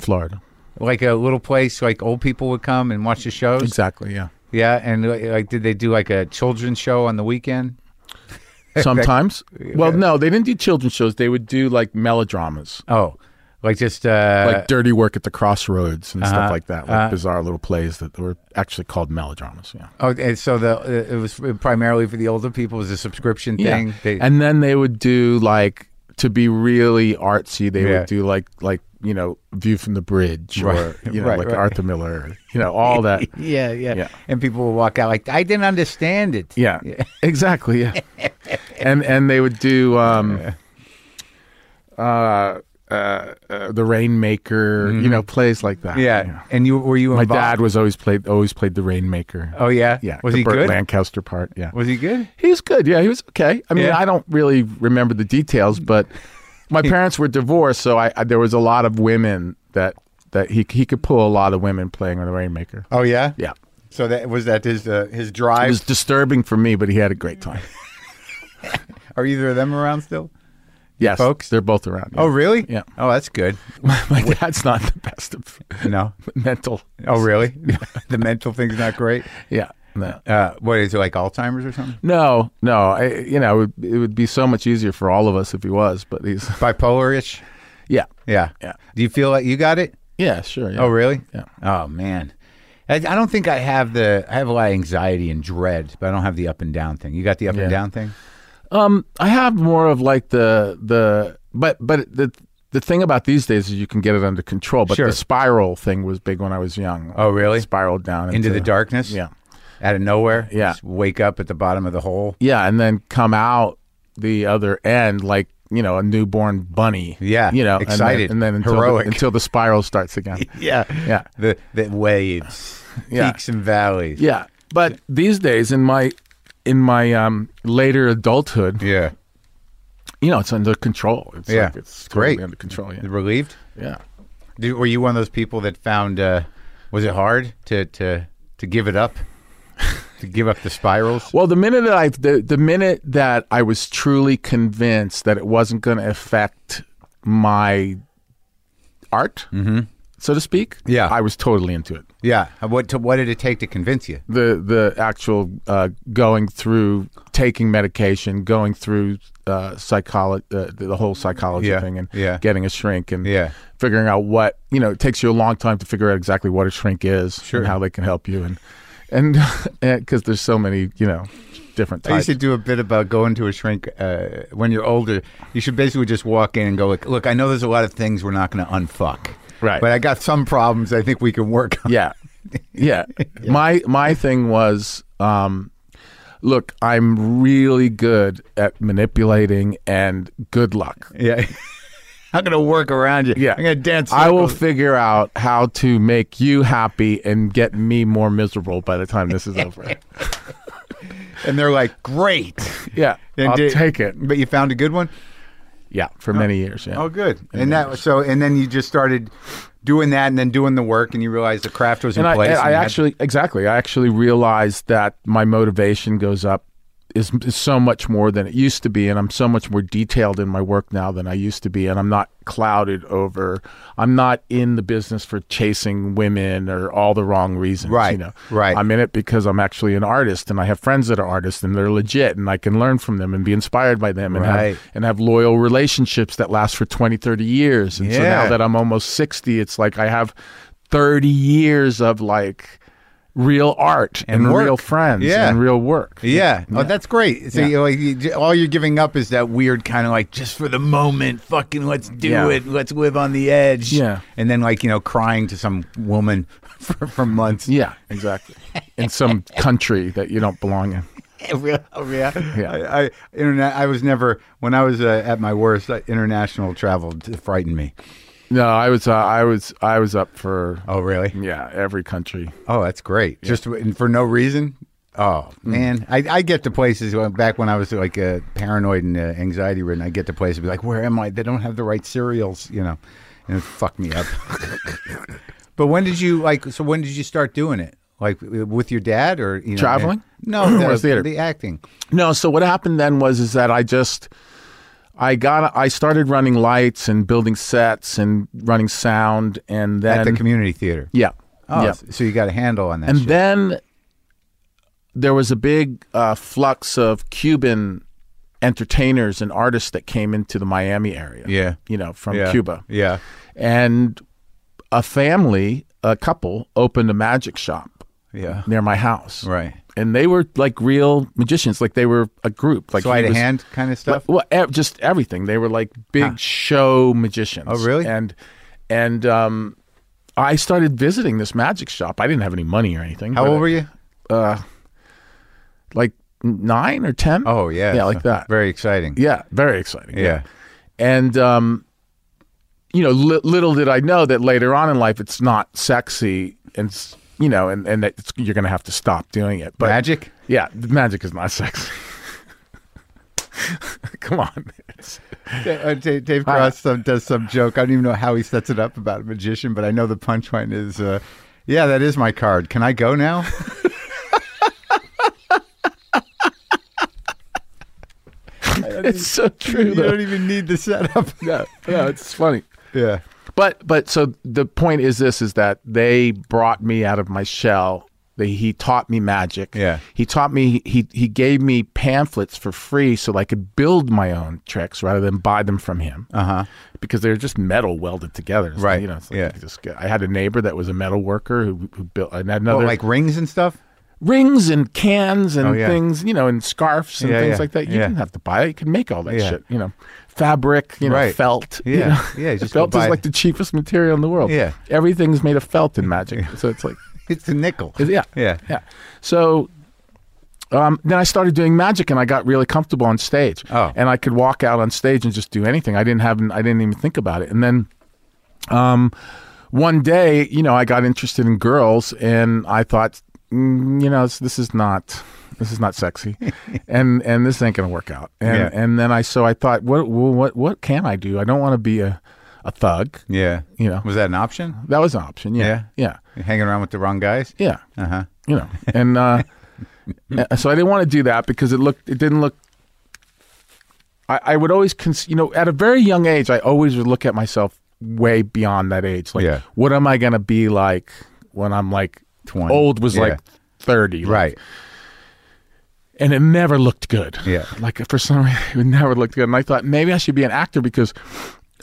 [SPEAKER 2] Florida.
[SPEAKER 1] like a little place, like old people would come and watch the shows.
[SPEAKER 2] Exactly. Yeah.
[SPEAKER 1] Yeah, and uh, like, did they do like a children's show on the weekend?
[SPEAKER 2] Sometimes. well, no, they didn't do children's shows. They would do like melodramas,
[SPEAKER 1] Oh, like just uh,
[SPEAKER 2] like Dirty Work at the Crossroads and
[SPEAKER 1] uh-huh,
[SPEAKER 2] stuff like that, like bizarre little plays that were actually called melodramas. Yeah.
[SPEAKER 1] oh, and so the uh, it was primarily for the older people. It was a subscription thing. They,
[SPEAKER 2] and then they would do like to be really artsy, they
[SPEAKER 1] Yeah.
[SPEAKER 2] would do like like you know View from the Bridge
[SPEAKER 1] Right,
[SPEAKER 2] or you know
[SPEAKER 1] right,
[SPEAKER 2] like
[SPEAKER 1] right.
[SPEAKER 2] Arthur Miller, you know all that.
[SPEAKER 1] yeah, yeah,
[SPEAKER 2] Yeah.
[SPEAKER 1] And people would walk out like, I didn't understand it.
[SPEAKER 2] Yeah, exactly. Yeah, and and they would do um, uh, uh, uh, the Rainmaker, you know, plays like that.
[SPEAKER 1] Mm-hmm. Yeah. And you were you
[SPEAKER 2] My
[SPEAKER 1] involved?
[SPEAKER 2] dad was always played always played the Rainmaker.
[SPEAKER 1] Oh yeah,
[SPEAKER 2] yeah,
[SPEAKER 1] Was
[SPEAKER 2] the
[SPEAKER 1] he
[SPEAKER 2] Burt
[SPEAKER 1] good?
[SPEAKER 2] Lancaster part. Yeah,
[SPEAKER 1] Was he good?
[SPEAKER 2] He was good. Yeah, he was okay. I mean,
[SPEAKER 1] Yeah.
[SPEAKER 2] I don't really remember the details, but my parents were divorced, so I, I there was a lot of women that that he he could pull a lot of women playing on the Rainmaker.
[SPEAKER 1] Oh yeah.
[SPEAKER 2] Yeah,
[SPEAKER 1] So that was that his uh, his
[SPEAKER 2] it
[SPEAKER 1] drive.
[SPEAKER 2] was disturbing for me, but he had a great time.
[SPEAKER 1] Are either of them around still?
[SPEAKER 2] Yes,
[SPEAKER 1] folks?
[SPEAKER 2] they're both around. yeah.
[SPEAKER 1] Oh really?
[SPEAKER 2] Yeah.
[SPEAKER 1] Oh, that's good.
[SPEAKER 2] my dad's not the best of
[SPEAKER 1] No.
[SPEAKER 2] mental.
[SPEAKER 1] Oh really? the mental thing's not great.
[SPEAKER 2] Yeah, no,
[SPEAKER 1] Uh, what is it like Alzheimer's or something?
[SPEAKER 2] no, no. I, you know, it would, it would be so much easier for all of us if he was, but he's
[SPEAKER 1] Bipolar-ish?
[SPEAKER 2] yeah,
[SPEAKER 1] Yeah.
[SPEAKER 2] Yeah.
[SPEAKER 1] Do you feel like you got it?
[SPEAKER 2] yeah, sure. Yeah.
[SPEAKER 1] Oh really?
[SPEAKER 2] Yeah.
[SPEAKER 1] Oh man. I, I don't think I have the I have a lot of anxiety and dread, but I don't have the up and down thing. You got the up
[SPEAKER 2] Yeah.
[SPEAKER 1] and down thing?
[SPEAKER 2] Um, I have more of like the the but but the the thing about these days is you can get it under control. But
[SPEAKER 1] Sure.
[SPEAKER 2] the spiral thing was big when I was young.
[SPEAKER 1] Oh really?
[SPEAKER 2] spiraled down
[SPEAKER 1] Into the darkness?
[SPEAKER 2] uh, Yeah,
[SPEAKER 1] Out of nowhere?
[SPEAKER 2] Yeah.
[SPEAKER 1] Just wake up at the bottom of the hole.
[SPEAKER 2] yeah, and then come out the other end like you know a newborn bunny.
[SPEAKER 1] Yeah,
[SPEAKER 2] you know, and then-
[SPEAKER 1] excited,
[SPEAKER 2] and then, until
[SPEAKER 1] heroic.
[SPEAKER 2] the, until the spiral starts again.
[SPEAKER 1] Yeah.
[SPEAKER 2] Yeah.
[SPEAKER 1] The the waves,
[SPEAKER 2] Yeah.
[SPEAKER 1] peaks and valleys.
[SPEAKER 2] yeah, but these days in my in my um, later adulthood,
[SPEAKER 1] Yeah.
[SPEAKER 2] you know, it's under control. It's
[SPEAKER 1] Yeah.
[SPEAKER 2] like it's
[SPEAKER 1] Great.
[SPEAKER 2] totally under control. Yeah,
[SPEAKER 1] Relieved?
[SPEAKER 2] yeah.
[SPEAKER 1] Did, were you one of those people that found uh, was it hard to to to give it up? to give up the spirals?
[SPEAKER 2] Well, the minute that I the, the minute that I was truly convinced that it wasn't going to affect my art, so to speak,
[SPEAKER 1] Mm-hmm. Yeah.
[SPEAKER 2] I was totally into it.
[SPEAKER 1] Yeah. What to, what did it take to convince you?
[SPEAKER 2] The the actual uh, going through taking medication, going through uh, psychology, uh, the whole psychology
[SPEAKER 1] Yeah.
[SPEAKER 2] thing, and
[SPEAKER 1] Yeah.
[SPEAKER 2] getting a shrink, and
[SPEAKER 1] Yeah.
[SPEAKER 2] figuring out what you know. It takes you a long time to figure out exactly what a shrink is
[SPEAKER 1] Sure.
[SPEAKER 2] and how they can help you, and and because there's so many you know different
[SPEAKER 1] I
[SPEAKER 2] types.
[SPEAKER 1] used to do a bit about going to a shrink uh, when you're older. You should basically just walk in and go, like, "Look, I know there's a lot of things we're not going to unfuck,
[SPEAKER 2] Right.
[SPEAKER 1] But I got some problems I think we can work on.
[SPEAKER 2] Yeah. Yeah. My my thing was um look, I'm really good at manipulating and good luck.
[SPEAKER 1] Yeah. I'm going to work around you.
[SPEAKER 2] Yeah.
[SPEAKER 1] I'm going to dance.
[SPEAKER 2] I will
[SPEAKER 1] circles.
[SPEAKER 2] figure out how to make you happy and get me more miserable by the time this is over.
[SPEAKER 1] And they're like, great.
[SPEAKER 2] Yeah.
[SPEAKER 1] And
[SPEAKER 2] I'll
[SPEAKER 1] did-
[SPEAKER 2] take it.
[SPEAKER 1] But you found a good one?
[SPEAKER 2] Yeah, for many years, yeah.
[SPEAKER 1] Oh, good. And that so and then you just started doing that and then doing the work and you realized the craft was in
[SPEAKER 2] and
[SPEAKER 1] place.
[SPEAKER 2] I, I
[SPEAKER 1] and you had-
[SPEAKER 2] actually exactly I actually realized that my motivation goes up is, is so much more than it used to be and I'm so much more detailed in my work now than I used to be and I'm not clouded over I'm not in the business for chasing women or all the wrong reasons
[SPEAKER 1] Right,
[SPEAKER 2] you know
[SPEAKER 1] right.
[SPEAKER 2] I'm in it because I'm actually an artist and I have friends that are artists and they're legit and I can learn from them and be inspired by them and
[SPEAKER 1] Right.
[SPEAKER 2] have, and have loyal relationships that last for 20 30 years and so
[SPEAKER 1] Yeah.
[SPEAKER 2] now that I'm almost 60 it's like I have 30 years of like real art and,
[SPEAKER 1] And work.
[SPEAKER 2] real friends
[SPEAKER 1] Yeah.
[SPEAKER 2] and real work.
[SPEAKER 1] yeah. Oh, that's great. So you, like, you, j- all you're giving up is that weird kind of like just for the moment, fucking let's do
[SPEAKER 2] Yeah.
[SPEAKER 1] it, let's live on the edge.
[SPEAKER 2] Yeah.
[SPEAKER 1] And then like you know crying to some woman for, for months.
[SPEAKER 2] Yeah, exactly. in some country that you don't belong in.
[SPEAKER 1] Real- oh, yeah.
[SPEAKER 2] Yeah.
[SPEAKER 1] I, I internet. I was never when I was uh, at my worst. Uh, international travel d- frightened me.
[SPEAKER 2] No, I was uh, I was I was up for um,
[SPEAKER 1] Oh really?
[SPEAKER 2] yeah, every country.
[SPEAKER 1] Oh, that's great. Just w- and for no reason. Oh
[SPEAKER 2] Mm.
[SPEAKER 1] man, I, I get to places when- back when I was like uh, paranoid and uh, anxiety ridden. I get to places and be like, where am I? They don't have the right cereals, you know, and it fucked me up. but when did you like? So when did you start doing it? Like w- with your dad or you know,
[SPEAKER 2] Traveling?
[SPEAKER 1] No,
[SPEAKER 2] Or
[SPEAKER 1] the,
[SPEAKER 2] theater?
[SPEAKER 1] the acting.
[SPEAKER 2] No, so what happened then was is that I just I got I started running lights and building sets and running sound and then
[SPEAKER 1] at the community theater.
[SPEAKER 2] yeah.
[SPEAKER 1] Oh,
[SPEAKER 2] yeah.
[SPEAKER 1] so you got a handle on that.
[SPEAKER 2] And
[SPEAKER 1] shit.
[SPEAKER 2] then there was a big uh, flux of Cuban entertainers and artists that came into the Miami area.
[SPEAKER 1] Yeah.
[SPEAKER 2] You know, from
[SPEAKER 1] Yeah.
[SPEAKER 2] Cuba.
[SPEAKER 1] Yeah.
[SPEAKER 2] And a family, a couple, opened a magic shop
[SPEAKER 1] Yeah.
[SPEAKER 2] near my house.
[SPEAKER 1] Right.
[SPEAKER 2] And they were like real magicians. Like they were a group. Like
[SPEAKER 1] Sleight
[SPEAKER 2] he
[SPEAKER 1] of
[SPEAKER 2] was-
[SPEAKER 1] hand kind of stuff.
[SPEAKER 2] well, ev- just everything. They were like big show magicians.
[SPEAKER 1] Oh, really?
[SPEAKER 2] And and um, I started visiting this magic shop. I didn't have any money or anything.
[SPEAKER 1] How
[SPEAKER 2] but
[SPEAKER 1] old
[SPEAKER 2] I-
[SPEAKER 1] were you?
[SPEAKER 2] Like nine or ten.
[SPEAKER 1] Oh yeah.
[SPEAKER 2] yeah,
[SPEAKER 1] so
[SPEAKER 2] like that.
[SPEAKER 1] Very exciting.
[SPEAKER 2] yeah, very exciting.
[SPEAKER 1] Yeah.
[SPEAKER 2] and um, you know, li- little did I know that later on in life, it's not sexy, and s- you know, and and that it's, you're going to have to stop doing it. But
[SPEAKER 1] Magic?
[SPEAKER 2] yeah, the magic is not sexy. Come on, it's,
[SPEAKER 1] Uh, Dave, Dave Cross some, does some joke. I don't even know how he sets it up about a magician, but I know the punchline is, uh, "Yeah, that is my card. Can I go now?"
[SPEAKER 2] it's so true.
[SPEAKER 1] you don't
[SPEAKER 2] Though.
[SPEAKER 1] even need the setup.
[SPEAKER 2] Yeah, yeah, it's funny.
[SPEAKER 1] yeah,
[SPEAKER 2] But but so the point is this is that they brought me out of my shell. They, he taught me magic.
[SPEAKER 1] Yeah.
[SPEAKER 2] He taught me he he gave me pamphlets for free so I could build my own tricks rather than buy them from him.
[SPEAKER 1] Uh-huh.
[SPEAKER 2] Because they're just metal welded together. It's like,
[SPEAKER 1] Right.
[SPEAKER 2] you know. It's like
[SPEAKER 1] Yeah.
[SPEAKER 2] you just get- I had a neighbor that was a metal worker who, who built and another
[SPEAKER 1] well, like rings and stuff.
[SPEAKER 2] rings and cans and
[SPEAKER 1] Oh, yeah.
[SPEAKER 2] things, you know, and scarves and
[SPEAKER 1] Yeah,
[SPEAKER 2] things
[SPEAKER 1] yeah,
[SPEAKER 2] like that. You
[SPEAKER 1] yeah.
[SPEAKER 2] didn't have to buy it. You can make all that
[SPEAKER 1] Yeah.
[SPEAKER 2] shit, you know. Fabric, you know,
[SPEAKER 1] Right.
[SPEAKER 2] felt. you
[SPEAKER 1] Yeah.
[SPEAKER 2] know.
[SPEAKER 1] Yeah, you just go
[SPEAKER 2] felt
[SPEAKER 1] buy
[SPEAKER 2] is
[SPEAKER 1] it.
[SPEAKER 2] like the cheapest material in the world.
[SPEAKER 1] Yeah.
[SPEAKER 2] Everything's made of felt in magic. So it's like,
[SPEAKER 1] It's a nickel.
[SPEAKER 2] yeah.
[SPEAKER 1] Yeah.
[SPEAKER 2] Yeah. So um, then I started doing magic and I got really comfortable on stage.
[SPEAKER 1] Oh.
[SPEAKER 2] And I could walk out on stage and just do anything. I didn't have, I didn't even think about it. And then um, one day, you know, I got interested in girls and I thought, mm, you know, this, this is not. This is not sexy, and and this ain't gonna work out. And
[SPEAKER 1] Yeah.
[SPEAKER 2] and then I so I thought, what what what can I do? I don't want to be a, a thug,
[SPEAKER 1] Yeah,
[SPEAKER 2] you know.
[SPEAKER 1] Was that an option?
[SPEAKER 2] That was an option. Yeah. Yeah.
[SPEAKER 1] Hanging around with the wrong guys.
[SPEAKER 2] Yeah.
[SPEAKER 1] Uh huh.
[SPEAKER 2] You know. And uh, uh, so I didn't want to do that because it looked it didn't look I, I would always cons- you know, at a very young age I always would look at myself way beyond that age. Like
[SPEAKER 1] Yeah.
[SPEAKER 2] what am I gonna be like when I'm like
[SPEAKER 1] 20.
[SPEAKER 2] old was
[SPEAKER 1] Yeah.
[SPEAKER 2] like thirty. like-
[SPEAKER 1] Right.
[SPEAKER 2] and it never looked good.
[SPEAKER 1] Yeah.
[SPEAKER 2] Like for some reason, it never looked good. And I thought maybe I should be an actor because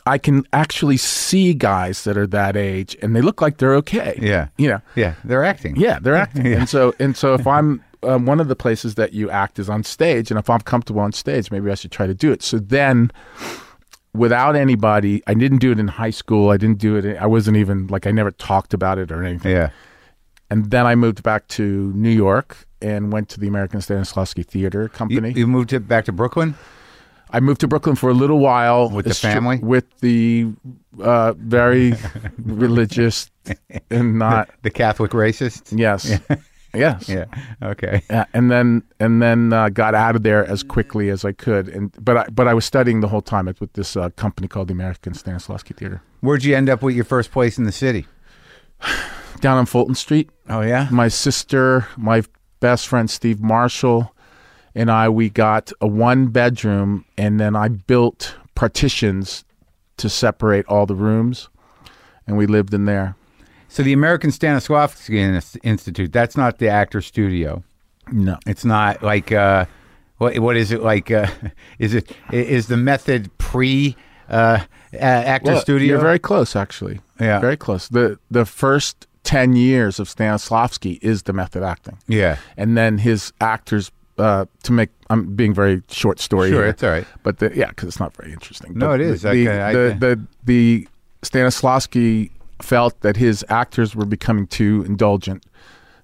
[SPEAKER 2] I can actually see guys that are that age and they look like they're okay.
[SPEAKER 1] Yeah.
[SPEAKER 2] You know,
[SPEAKER 1] Yeah, they're acting.
[SPEAKER 2] yeah, they're acting. And so, and so if I'm, um, one of the places that you act is on stage and if I'm comfortable on stage, maybe I should try to do it. So then without anybody. I didn't do it in high school. I didn't do it. I wasn't even like I never talked about it or anything.
[SPEAKER 1] Yeah.
[SPEAKER 2] And then I moved back to New York and went to the American Stanislavski Theater
[SPEAKER 1] You,
[SPEAKER 2] Company.
[SPEAKER 1] you moved to, back to Brooklyn?
[SPEAKER 2] I moved to Brooklyn for a little while
[SPEAKER 1] With the
[SPEAKER 2] It's tr-
[SPEAKER 1] family?
[SPEAKER 2] with the uh, very religious and not
[SPEAKER 1] The Catholic racist?
[SPEAKER 2] yes, yes,
[SPEAKER 1] Yeah. Okay.
[SPEAKER 2] Uh, and then and then uh, got out of there as quickly as I could. And but I but I was studying the whole time at with this uh, company called the American Stanislavski Theater
[SPEAKER 1] Where'd you end up with your first place in the city?
[SPEAKER 2] down on Fulton Street.
[SPEAKER 1] Oh, yeah?
[SPEAKER 2] My sister, my best friend Steve Marshall, and I we got a one bedroom, and then I built partitions to separate all the rooms, and we lived in there.
[SPEAKER 1] So the American Stanislavski In- Institute, that's not the actor studio.
[SPEAKER 2] No,
[SPEAKER 1] It's not like, uh, what, what is it like? Uh, is it i- is the method pre uh, a- actor
[SPEAKER 2] Well,
[SPEAKER 1] studio?
[SPEAKER 2] You're very close, actually.
[SPEAKER 1] Yeah.
[SPEAKER 2] very close. the The first ten years of Stanislavski is the method acting.
[SPEAKER 1] yeah.
[SPEAKER 2] and then his actors uh, to make. I'm being very short story.
[SPEAKER 1] Sure,
[SPEAKER 2] here,
[SPEAKER 1] it's all right.
[SPEAKER 2] But the, yeah, because it's not very interesting.
[SPEAKER 1] No,
[SPEAKER 2] But
[SPEAKER 1] it is.
[SPEAKER 2] The,
[SPEAKER 1] I
[SPEAKER 2] the,
[SPEAKER 1] can- I
[SPEAKER 2] the,
[SPEAKER 1] can-
[SPEAKER 2] the, the Stanislavski felt that his actors were becoming too indulgent,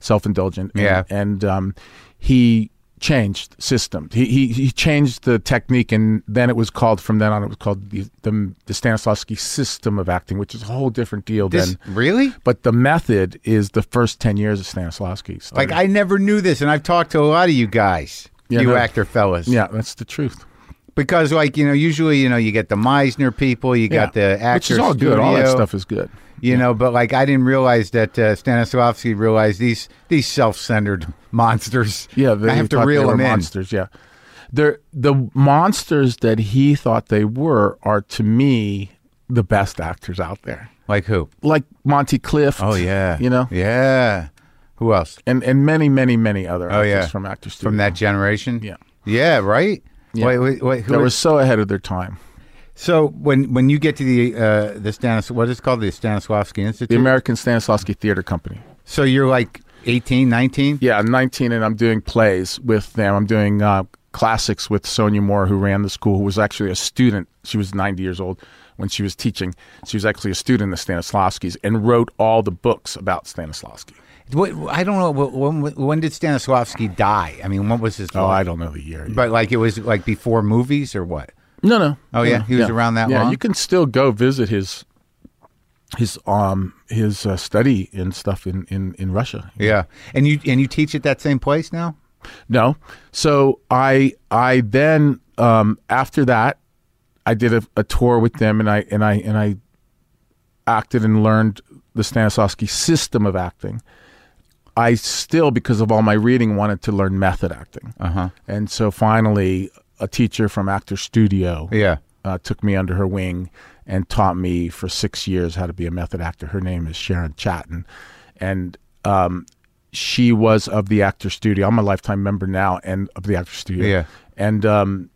[SPEAKER 2] self-indulgent. and-
[SPEAKER 1] Yeah.
[SPEAKER 2] and um, he changed system. He, he he changed the technique, and then it was called. From then on, it was called the the, the Stanislavski system of acting, which is a whole different deal
[SPEAKER 1] This,
[SPEAKER 2] than.
[SPEAKER 1] really?
[SPEAKER 2] But the method is the first ten years of Stanislavski.
[SPEAKER 1] Like, I never knew this, and I've talked to a lot of you guys,
[SPEAKER 2] Yeah,
[SPEAKER 1] you
[SPEAKER 2] no.
[SPEAKER 1] actor fellas.
[SPEAKER 2] Yeah, that's the truth.
[SPEAKER 1] Because, like, you know, usually, you know, you get the Meisner people, you got the actor
[SPEAKER 2] Which is all good. All that
[SPEAKER 1] studio.
[SPEAKER 2] stuff is good.
[SPEAKER 1] you know but like i didn't realize that uh, stanislavski realized these these self-centered monsters
[SPEAKER 2] Yeah, they
[SPEAKER 1] i have to
[SPEAKER 2] thought they
[SPEAKER 1] reel
[SPEAKER 2] were
[SPEAKER 1] them in
[SPEAKER 2] monsters. Yeah, they're the monsters that he thought they were are to me the best actors out there,
[SPEAKER 1] like who
[SPEAKER 2] like Monty Clift.
[SPEAKER 1] Oh,
[SPEAKER 2] you know,
[SPEAKER 1] yeah who else
[SPEAKER 2] and and many many many other
[SPEAKER 1] Oh,
[SPEAKER 2] actors
[SPEAKER 1] yeah.
[SPEAKER 2] from actors
[SPEAKER 1] from that generation
[SPEAKER 2] Yeah.
[SPEAKER 1] yeah right
[SPEAKER 2] Yeah.
[SPEAKER 1] wait wait wait who
[SPEAKER 2] They were
[SPEAKER 1] was,
[SPEAKER 2] so ahead of their time.
[SPEAKER 1] so when when you get to the uh the stanis what is it called the stanislavski
[SPEAKER 2] The
[SPEAKER 1] institute
[SPEAKER 2] American Stanislavski Theater Company.
[SPEAKER 1] so you're like 18 19
[SPEAKER 2] Yeah, I'm 19 and I'm doing plays with them. I'm doing uh, classics with Sonia Moore, who ran the school, who was actually a student. She was 90 years old when she was teaching. She was actually a student of Stanislavski's and wrote all the books about Stanislavski.
[SPEAKER 1] what, i don't know what- when when did stanislavski die i mean what was his
[SPEAKER 2] Oh,
[SPEAKER 1] life?
[SPEAKER 2] I don't know the year.
[SPEAKER 1] but like it was like before movies or what
[SPEAKER 2] no, no.
[SPEAKER 1] Oh, yeah?
[SPEAKER 2] No,
[SPEAKER 1] He was around that
[SPEAKER 2] yeah,
[SPEAKER 1] long?
[SPEAKER 2] you can still go visit his his um his uh, study and stuff in in in Russia.
[SPEAKER 1] Yeah, and you and you teach at that same place now.
[SPEAKER 2] No. So I I then um, after that I did a, a tour with them and I and I and I acted and learned the Stanislavski system of acting. I still, because of all my reading, wanted to learn method acting,
[SPEAKER 1] huh.
[SPEAKER 2] and so finally, a teacher from Actor Studio
[SPEAKER 1] Yeah.
[SPEAKER 2] uh, took me under her wing and taught me for six years how to be a method actor. Her name is Sharon Chatton, and um, she was of the Actor Studio. I'm a lifetime member now, and of the Actor Studio.
[SPEAKER 1] Yeah.
[SPEAKER 2] and um,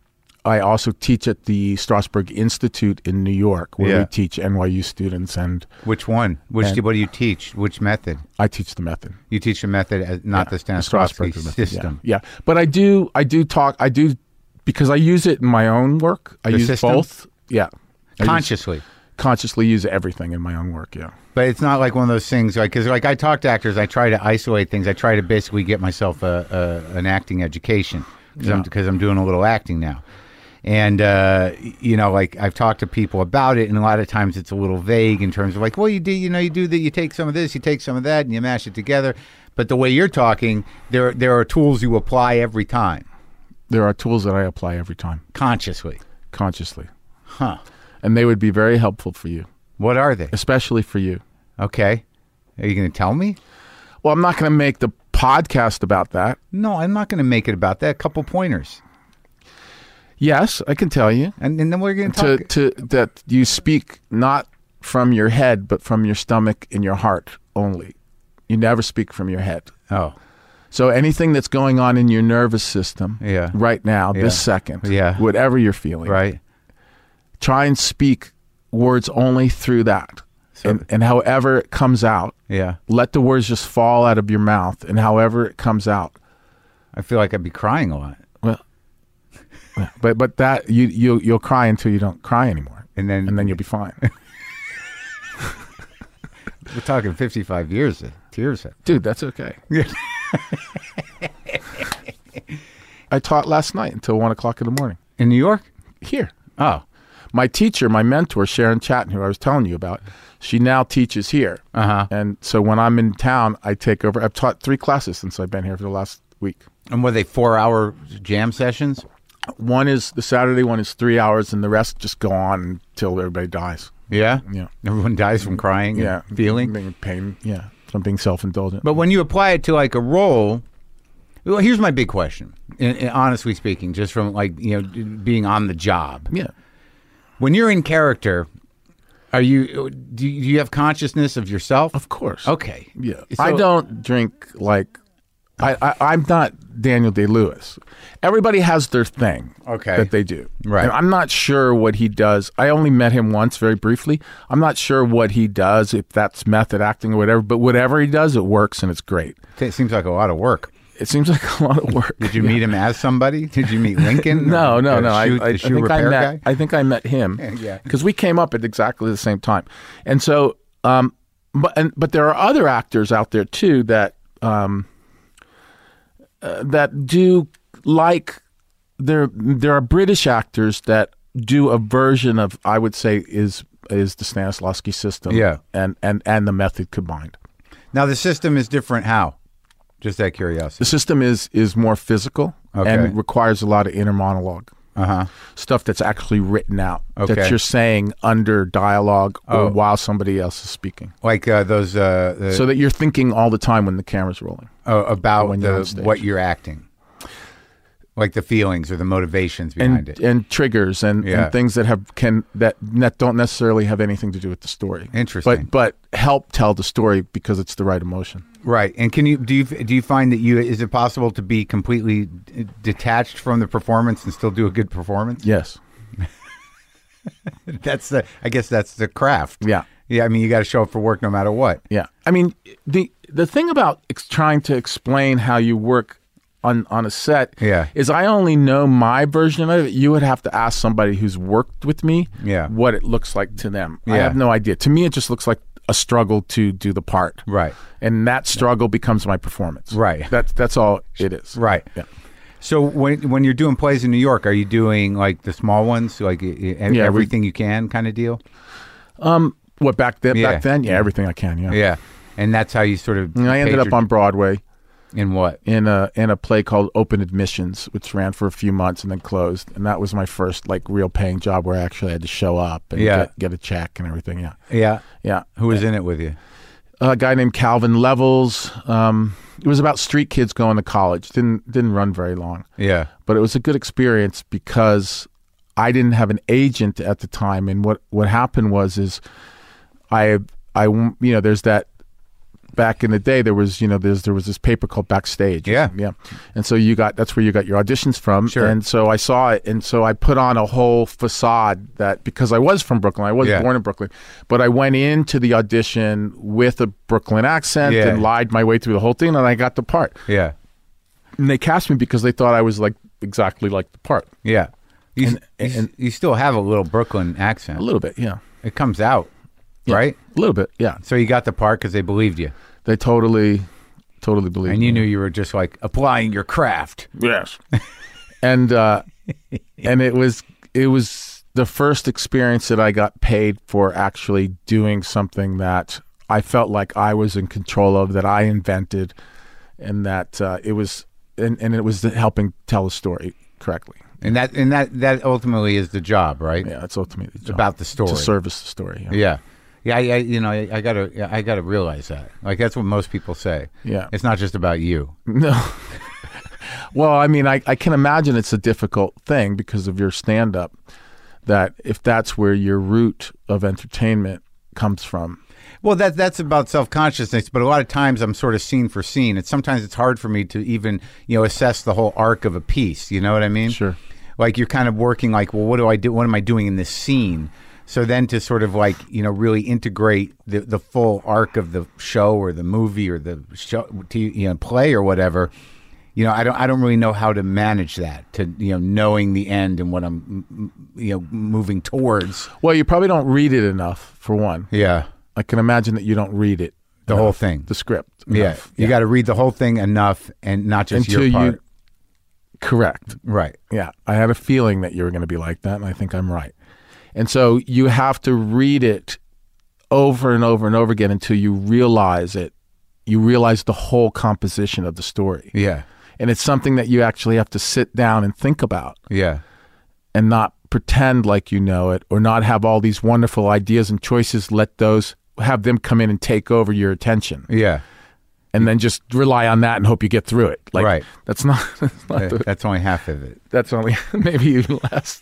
[SPEAKER 2] I also teach at the Strasberg Institute in New York, where
[SPEAKER 1] Yeah.
[SPEAKER 2] we teach NYU students, and
[SPEAKER 1] Which one? Which what do you teach? Which method?
[SPEAKER 2] I teach the method.
[SPEAKER 1] You teach the method, as, not the Stanislavski
[SPEAKER 2] Strasberg method, yeah.
[SPEAKER 1] system.
[SPEAKER 2] Yeah. but I do, I do talk, I do because I use it in my own work. I
[SPEAKER 1] The
[SPEAKER 2] use
[SPEAKER 1] system?
[SPEAKER 2] both. Yeah, I use-
[SPEAKER 1] Consciously.
[SPEAKER 2] consciously use everything in my own work. Yeah.
[SPEAKER 1] But it's not like one of those things, like because like I talk to actors, I try to isolate things. I try to basically get myself a, a an acting education because I'm, 'cause I'm doing a little acting now, and uh, y- you know, like I've talked to people about it, and a lot of times it's a little vague in terms of like, well, you do, you know, you do that, you take some of this, you take some of that, and you mash it together. But the way you're talking, there there are tools you apply every time
[SPEAKER 2] there are tools that I apply every time
[SPEAKER 1] consciously,
[SPEAKER 2] consciously,
[SPEAKER 1] huh?
[SPEAKER 2] and they would be very helpful for you,
[SPEAKER 1] What are they?
[SPEAKER 2] especially for you.
[SPEAKER 1] Okay, are you going to tell me?
[SPEAKER 2] Well, I'm not going to make the podcast about that.
[SPEAKER 1] No, I'm not going to make it about that. A couple pointers,
[SPEAKER 2] Yes, I can tell you
[SPEAKER 1] and, and then we're going
[SPEAKER 2] to
[SPEAKER 1] talk.
[SPEAKER 2] to that you speak not from your head but from your stomach and your heart only. You never speak from your head.
[SPEAKER 1] Oh,
[SPEAKER 2] So anything that's going on in your nervous system
[SPEAKER 1] Yeah.
[SPEAKER 2] right now, this
[SPEAKER 1] Yeah.
[SPEAKER 2] second,
[SPEAKER 1] Yeah.
[SPEAKER 2] whatever you're feeling,
[SPEAKER 1] right.
[SPEAKER 2] try and speak words only through that.
[SPEAKER 1] So-
[SPEAKER 2] and, and however it comes out,
[SPEAKER 1] Yeah.
[SPEAKER 2] let the words just fall out of your mouth and however it comes out
[SPEAKER 1] I feel like I'd be crying a lot.
[SPEAKER 2] well but but that you you you'll cry until you don't cry anymore
[SPEAKER 1] and then
[SPEAKER 2] and then you'll be fine.
[SPEAKER 1] we're talking 55 years of tears.
[SPEAKER 2] Dude, that's okay. I taught last night until one o'clock in the morning
[SPEAKER 1] In New York?
[SPEAKER 2] here.
[SPEAKER 1] Oh,
[SPEAKER 2] My teacher, my mentor, Sharon Chatton, who I was telling you about, she now teaches here.
[SPEAKER 1] Uh-huh.
[SPEAKER 2] And so when I'm in town, I take over. I've taught three classes since I've been here for the last week.
[SPEAKER 1] and were they four hour jam sessions?
[SPEAKER 2] One is the Saturday one is three hours, and the rest just go on until everybody dies.
[SPEAKER 1] Yeah.
[SPEAKER 2] Yeah.
[SPEAKER 1] Everyone dies from crying
[SPEAKER 2] Yeah,
[SPEAKER 1] and feeling.
[SPEAKER 2] being pain. Yeah, from being self-indulgent.
[SPEAKER 1] But when you apply it to like a role, well, here's my big question. In, in- honestly speaking, just from like you know being on the job,
[SPEAKER 2] yeah,
[SPEAKER 1] when you're in character, are you do you do you have consciousness of yourself?
[SPEAKER 2] of course.
[SPEAKER 1] Okay.
[SPEAKER 2] Yeah,
[SPEAKER 1] So-
[SPEAKER 2] I don't drink like I, I. I'm not Daniel Day Lewis. Everybody has their thing.
[SPEAKER 1] Okay.
[SPEAKER 2] that they do.
[SPEAKER 1] Right.
[SPEAKER 2] And I'm not sure what he does. I only met him once, very briefly. I'm not sure what he does, if that's method acting or whatever. But whatever he does, it works and it's great.
[SPEAKER 1] It seems like a lot of work.
[SPEAKER 2] It seems like a lot of work.
[SPEAKER 1] Did you meet him as somebody? Did you meet Lincoln?
[SPEAKER 2] No,
[SPEAKER 1] Or
[SPEAKER 2] no,
[SPEAKER 1] the Shoe,
[SPEAKER 2] no. I, I,
[SPEAKER 1] the
[SPEAKER 2] I
[SPEAKER 1] shoe
[SPEAKER 2] think I
[SPEAKER 1] repair
[SPEAKER 2] met.
[SPEAKER 1] guy.
[SPEAKER 2] I think I met him.
[SPEAKER 1] Yeah.
[SPEAKER 2] because we came up at exactly the same time, and so, um, but and but there are other actors out there too that um, uh, that do like there. There are British actors that do a version of I would say is is the Stanislavski system.
[SPEAKER 1] Yeah.
[SPEAKER 2] and and and the method combined.
[SPEAKER 1] Now the system is different. How? Just that
[SPEAKER 2] The
[SPEAKER 1] curiosity.
[SPEAKER 2] system is is more physical
[SPEAKER 1] Okay.
[SPEAKER 2] and requires a lot of inner monologue.
[SPEAKER 1] Uh huh.
[SPEAKER 2] stuff that's actually written out
[SPEAKER 1] Okay.
[SPEAKER 2] that you're saying under dialogue or while somebody else is speaking
[SPEAKER 1] Like uh, those uh, the,
[SPEAKER 2] so that you're thinking all the time when the camera's rolling
[SPEAKER 1] uh, about
[SPEAKER 2] when you're on
[SPEAKER 1] the,
[SPEAKER 2] stage.
[SPEAKER 1] what you're acting, like the feelings or the motivations behind
[SPEAKER 2] and
[SPEAKER 1] it.
[SPEAKER 2] and triggers and,
[SPEAKER 1] Yeah.
[SPEAKER 2] and things that have can that that don't necessarily have anything to do with the story
[SPEAKER 1] Interesting.
[SPEAKER 2] but but help tell the story because it's the right emotion
[SPEAKER 1] Right. And can you do you do you find that you is it possible to be completely d- detached from the performance and still do a good performance?
[SPEAKER 2] yes
[SPEAKER 1] That's the I guess that's the craft.
[SPEAKER 2] Yeah.
[SPEAKER 1] Yeah, I mean you got to show up for work no matter what.
[SPEAKER 2] Yeah, I mean the the thing about ex- trying to explain how you work on on a set,
[SPEAKER 1] Yeah.
[SPEAKER 2] is I only know my version of it. You would have to ask somebody who's worked with me,
[SPEAKER 1] Yeah.
[SPEAKER 2] what it looks like to them. I
[SPEAKER 1] Yeah.
[SPEAKER 2] have no idea. To me, it just looks like a struggle to do the part,
[SPEAKER 1] Right.
[SPEAKER 2] And that struggle becomes my performance,
[SPEAKER 1] Right.
[SPEAKER 2] That's that's all it is,
[SPEAKER 1] Right.
[SPEAKER 2] Yeah.
[SPEAKER 1] So when when you're doing plays in New York, are you doing like the small ones, like e- e-
[SPEAKER 2] we-
[SPEAKER 1] everything you can kind of deal?
[SPEAKER 2] What back then?
[SPEAKER 1] Yeah.
[SPEAKER 2] Back then, yeah, everything I can, yeah.
[SPEAKER 1] Yeah. And that's how you sort of.
[SPEAKER 2] And I ended
[SPEAKER 1] paid
[SPEAKER 2] up
[SPEAKER 1] your-
[SPEAKER 2] on Broadway.
[SPEAKER 1] in what?
[SPEAKER 2] in a in a play called Open Admissions, which ran for a few months and then closed. And that was my first like real paying job where I actually had to show up and
[SPEAKER 1] Yeah.
[SPEAKER 2] get, get a check and everything. Yeah,
[SPEAKER 1] Yeah.
[SPEAKER 2] yeah.
[SPEAKER 1] Who was in it with you?
[SPEAKER 2] A guy named Calvin Levels. Um, it was about street kids going to college. Didn't didn't run very long,
[SPEAKER 1] Yeah.
[SPEAKER 2] but it was a good experience because I didn't have an agent at the time. And what what happened was is I I you know there's that back in the day there was you know there's there was this paper called Backstage
[SPEAKER 1] Yeah.
[SPEAKER 2] yeah and so you got that's where you got your auditions from
[SPEAKER 1] Sure.
[SPEAKER 2] and so I saw it and so I put on a whole facade that because I was from Brooklyn I was
[SPEAKER 1] Yeah.
[SPEAKER 2] born in Brooklyn but I went into the audition with a Brooklyn accent
[SPEAKER 1] Yeah.
[SPEAKER 2] and lied my way through the whole thing and I got the part
[SPEAKER 1] Yeah.
[SPEAKER 2] and they cast me because they thought I was like exactly like the part
[SPEAKER 1] Yeah. You,
[SPEAKER 2] And-
[SPEAKER 1] you s-
[SPEAKER 2] and-
[SPEAKER 1] you still have a little Brooklyn accent.
[SPEAKER 2] a little bit yeah
[SPEAKER 1] It comes out,
[SPEAKER 2] Yeah.
[SPEAKER 1] right?
[SPEAKER 2] a little bit yeah
[SPEAKER 1] So you got the part because they believed you,
[SPEAKER 2] they totally totally believe
[SPEAKER 1] and you knew you were just like applying your craft.
[SPEAKER 2] Yes. and uh, and it was it was the first experience that I got paid for actually doing something that I felt like I was in control of, that I invented, and that uh, it was and, and it was helping tell a story correctly.
[SPEAKER 1] And that and that that ultimately is the job, right?
[SPEAKER 2] Yeah, that's ultimately the job,
[SPEAKER 1] About the story.
[SPEAKER 2] to service the story. Yeah.
[SPEAKER 1] Yeah. Yeah, I, I you know, I, I gotta, yeah, I gotta realize that. Like that's what most people say.
[SPEAKER 2] Yeah.
[SPEAKER 1] it's not just about you.
[SPEAKER 2] No. well, I mean, I, I can imagine it's a difficult thing because of your stand up that if that's where your root of entertainment comes from.
[SPEAKER 1] Well, that that's about self consciousness, but a lot of times I'm sort of scene for scene, and sometimes it's hard for me to even you know assess the whole arc of a piece. You know what I mean?
[SPEAKER 2] Sure.
[SPEAKER 1] Like you're kind of working like, well, what do I do? What am I doing in this scene? So then to sort of like you know really integrate the the full arc of the show or the movie or the show to you know play or whatever. you know, I don't, I don't really know how to manage that. To you know, knowing the end and what I'm, mm, mm, you know, moving towards.
[SPEAKER 2] Well, you probably don't read it enough for one.
[SPEAKER 1] Yeah,
[SPEAKER 2] I can imagine that you don't read it
[SPEAKER 1] the whole thing.
[SPEAKER 2] the script.
[SPEAKER 1] yeah,
[SPEAKER 2] enough.
[SPEAKER 1] you got to read the whole thing enough, and not just
[SPEAKER 2] until
[SPEAKER 1] your
[SPEAKER 2] you
[SPEAKER 1] part.
[SPEAKER 2] correct.
[SPEAKER 1] right.
[SPEAKER 2] Yeah, I had a feeling that you were going to be like that, and I think I'm right. And so you have to read it over and over and over again until you realize it. You realize the whole composition of the story.
[SPEAKER 1] Yeah.
[SPEAKER 2] And it's something that you actually have to sit down and think about
[SPEAKER 1] Yeah.
[SPEAKER 2] and not pretend like you know it or not have all these wonderful ideas and choices. Let those have them come in and take over your attention
[SPEAKER 1] Yeah.
[SPEAKER 2] and then just rely on that and hope you get through it. Like,
[SPEAKER 1] Right.
[SPEAKER 2] That's not, that's, not
[SPEAKER 1] Uh,
[SPEAKER 2] the,
[SPEAKER 1] That's only half of it.
[SPEAKER 2] that's only maybe even less.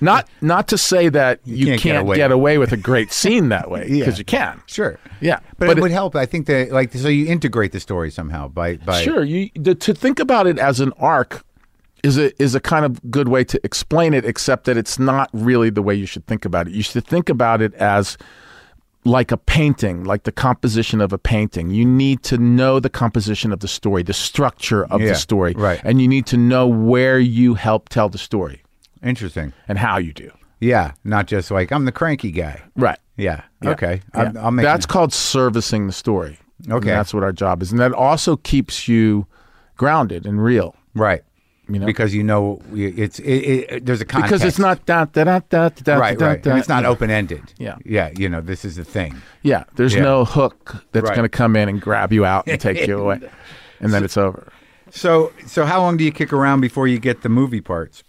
[SPEAKER 2] not not to say that you,
[SPEAKER 1] can't
[SPEAKER 2] can't,
[SPEAKER 1] get
[SPEAKER 2] get,
[SPEAKER 1] away.
[SPEAKER 2] away. with a great scene that way because you can.
[SPEAKER 1] Sure.
[SPEAKER 2] Yeah,
[SPEAKER 1] But,
[SPEAKER 2] but
[SPEAKER 1] it
[SPEAKER 2] it-
[SPEAKER 1] would help. I think that like so you integrate the story somehow by by
[SPEAKER 2] Sure, you the, to think about it as an arc is a is a kind of good way to explain it, except that it's not really the way you should think about it. You should think about it as like a painting, like the composition of a painting. You need to know the composition of the story, the structure of
[SPEAKER 1] Yeah,
[SPEAKER 2] the story,
[SPEAKER 1] right.
[SPEAKER 2] And you need to know where you help tell the story
[SPEAKER 1] Interesting.
[SPEAKER 2] and how you do.
[SPEAKER 1] Yeah. Not just like I'm the cranky guy.
[SPEAKER 2] Right.
[SPEAKER 1] Yeah. Okay. I'm,
[SPEAKER 2] Yeah.
[SPEAKER 1] I'll make
[SPEAKER 2] that's called servicing the story. And
[SPEAKER 1] Okay.
[SPEAKER 2] that's what our job is, and that also keeps you grounded and real.
[SPEAKER 1] right.
[SPEAKER 2] You know?
[SPEAKER 1] because you know it's it, it, there's a context
[SPEAKER 2] because it's not da da da da da
[SPEAKER 1] right
[SPEAKER 2] da,
[SPEAKER 1] right
[SPEAKER 2] da,
[SPEAKER 1] And it's not open ended.
[SPEAKER 2] Yeah.
[SPEAKER 1] Yeah. You know this is the thing.
[SPEAKER 2] Yeah, there's
[SPEAKER 1] Yeah.
[SPEAKER 2] no hook that's
[SPEAKER 1] Right.
[SPEAKER 2] going to come in and grab you out and take you away, and then it's over.
[SPEAKER 1] So so how long do you kick around before you get the movie parts?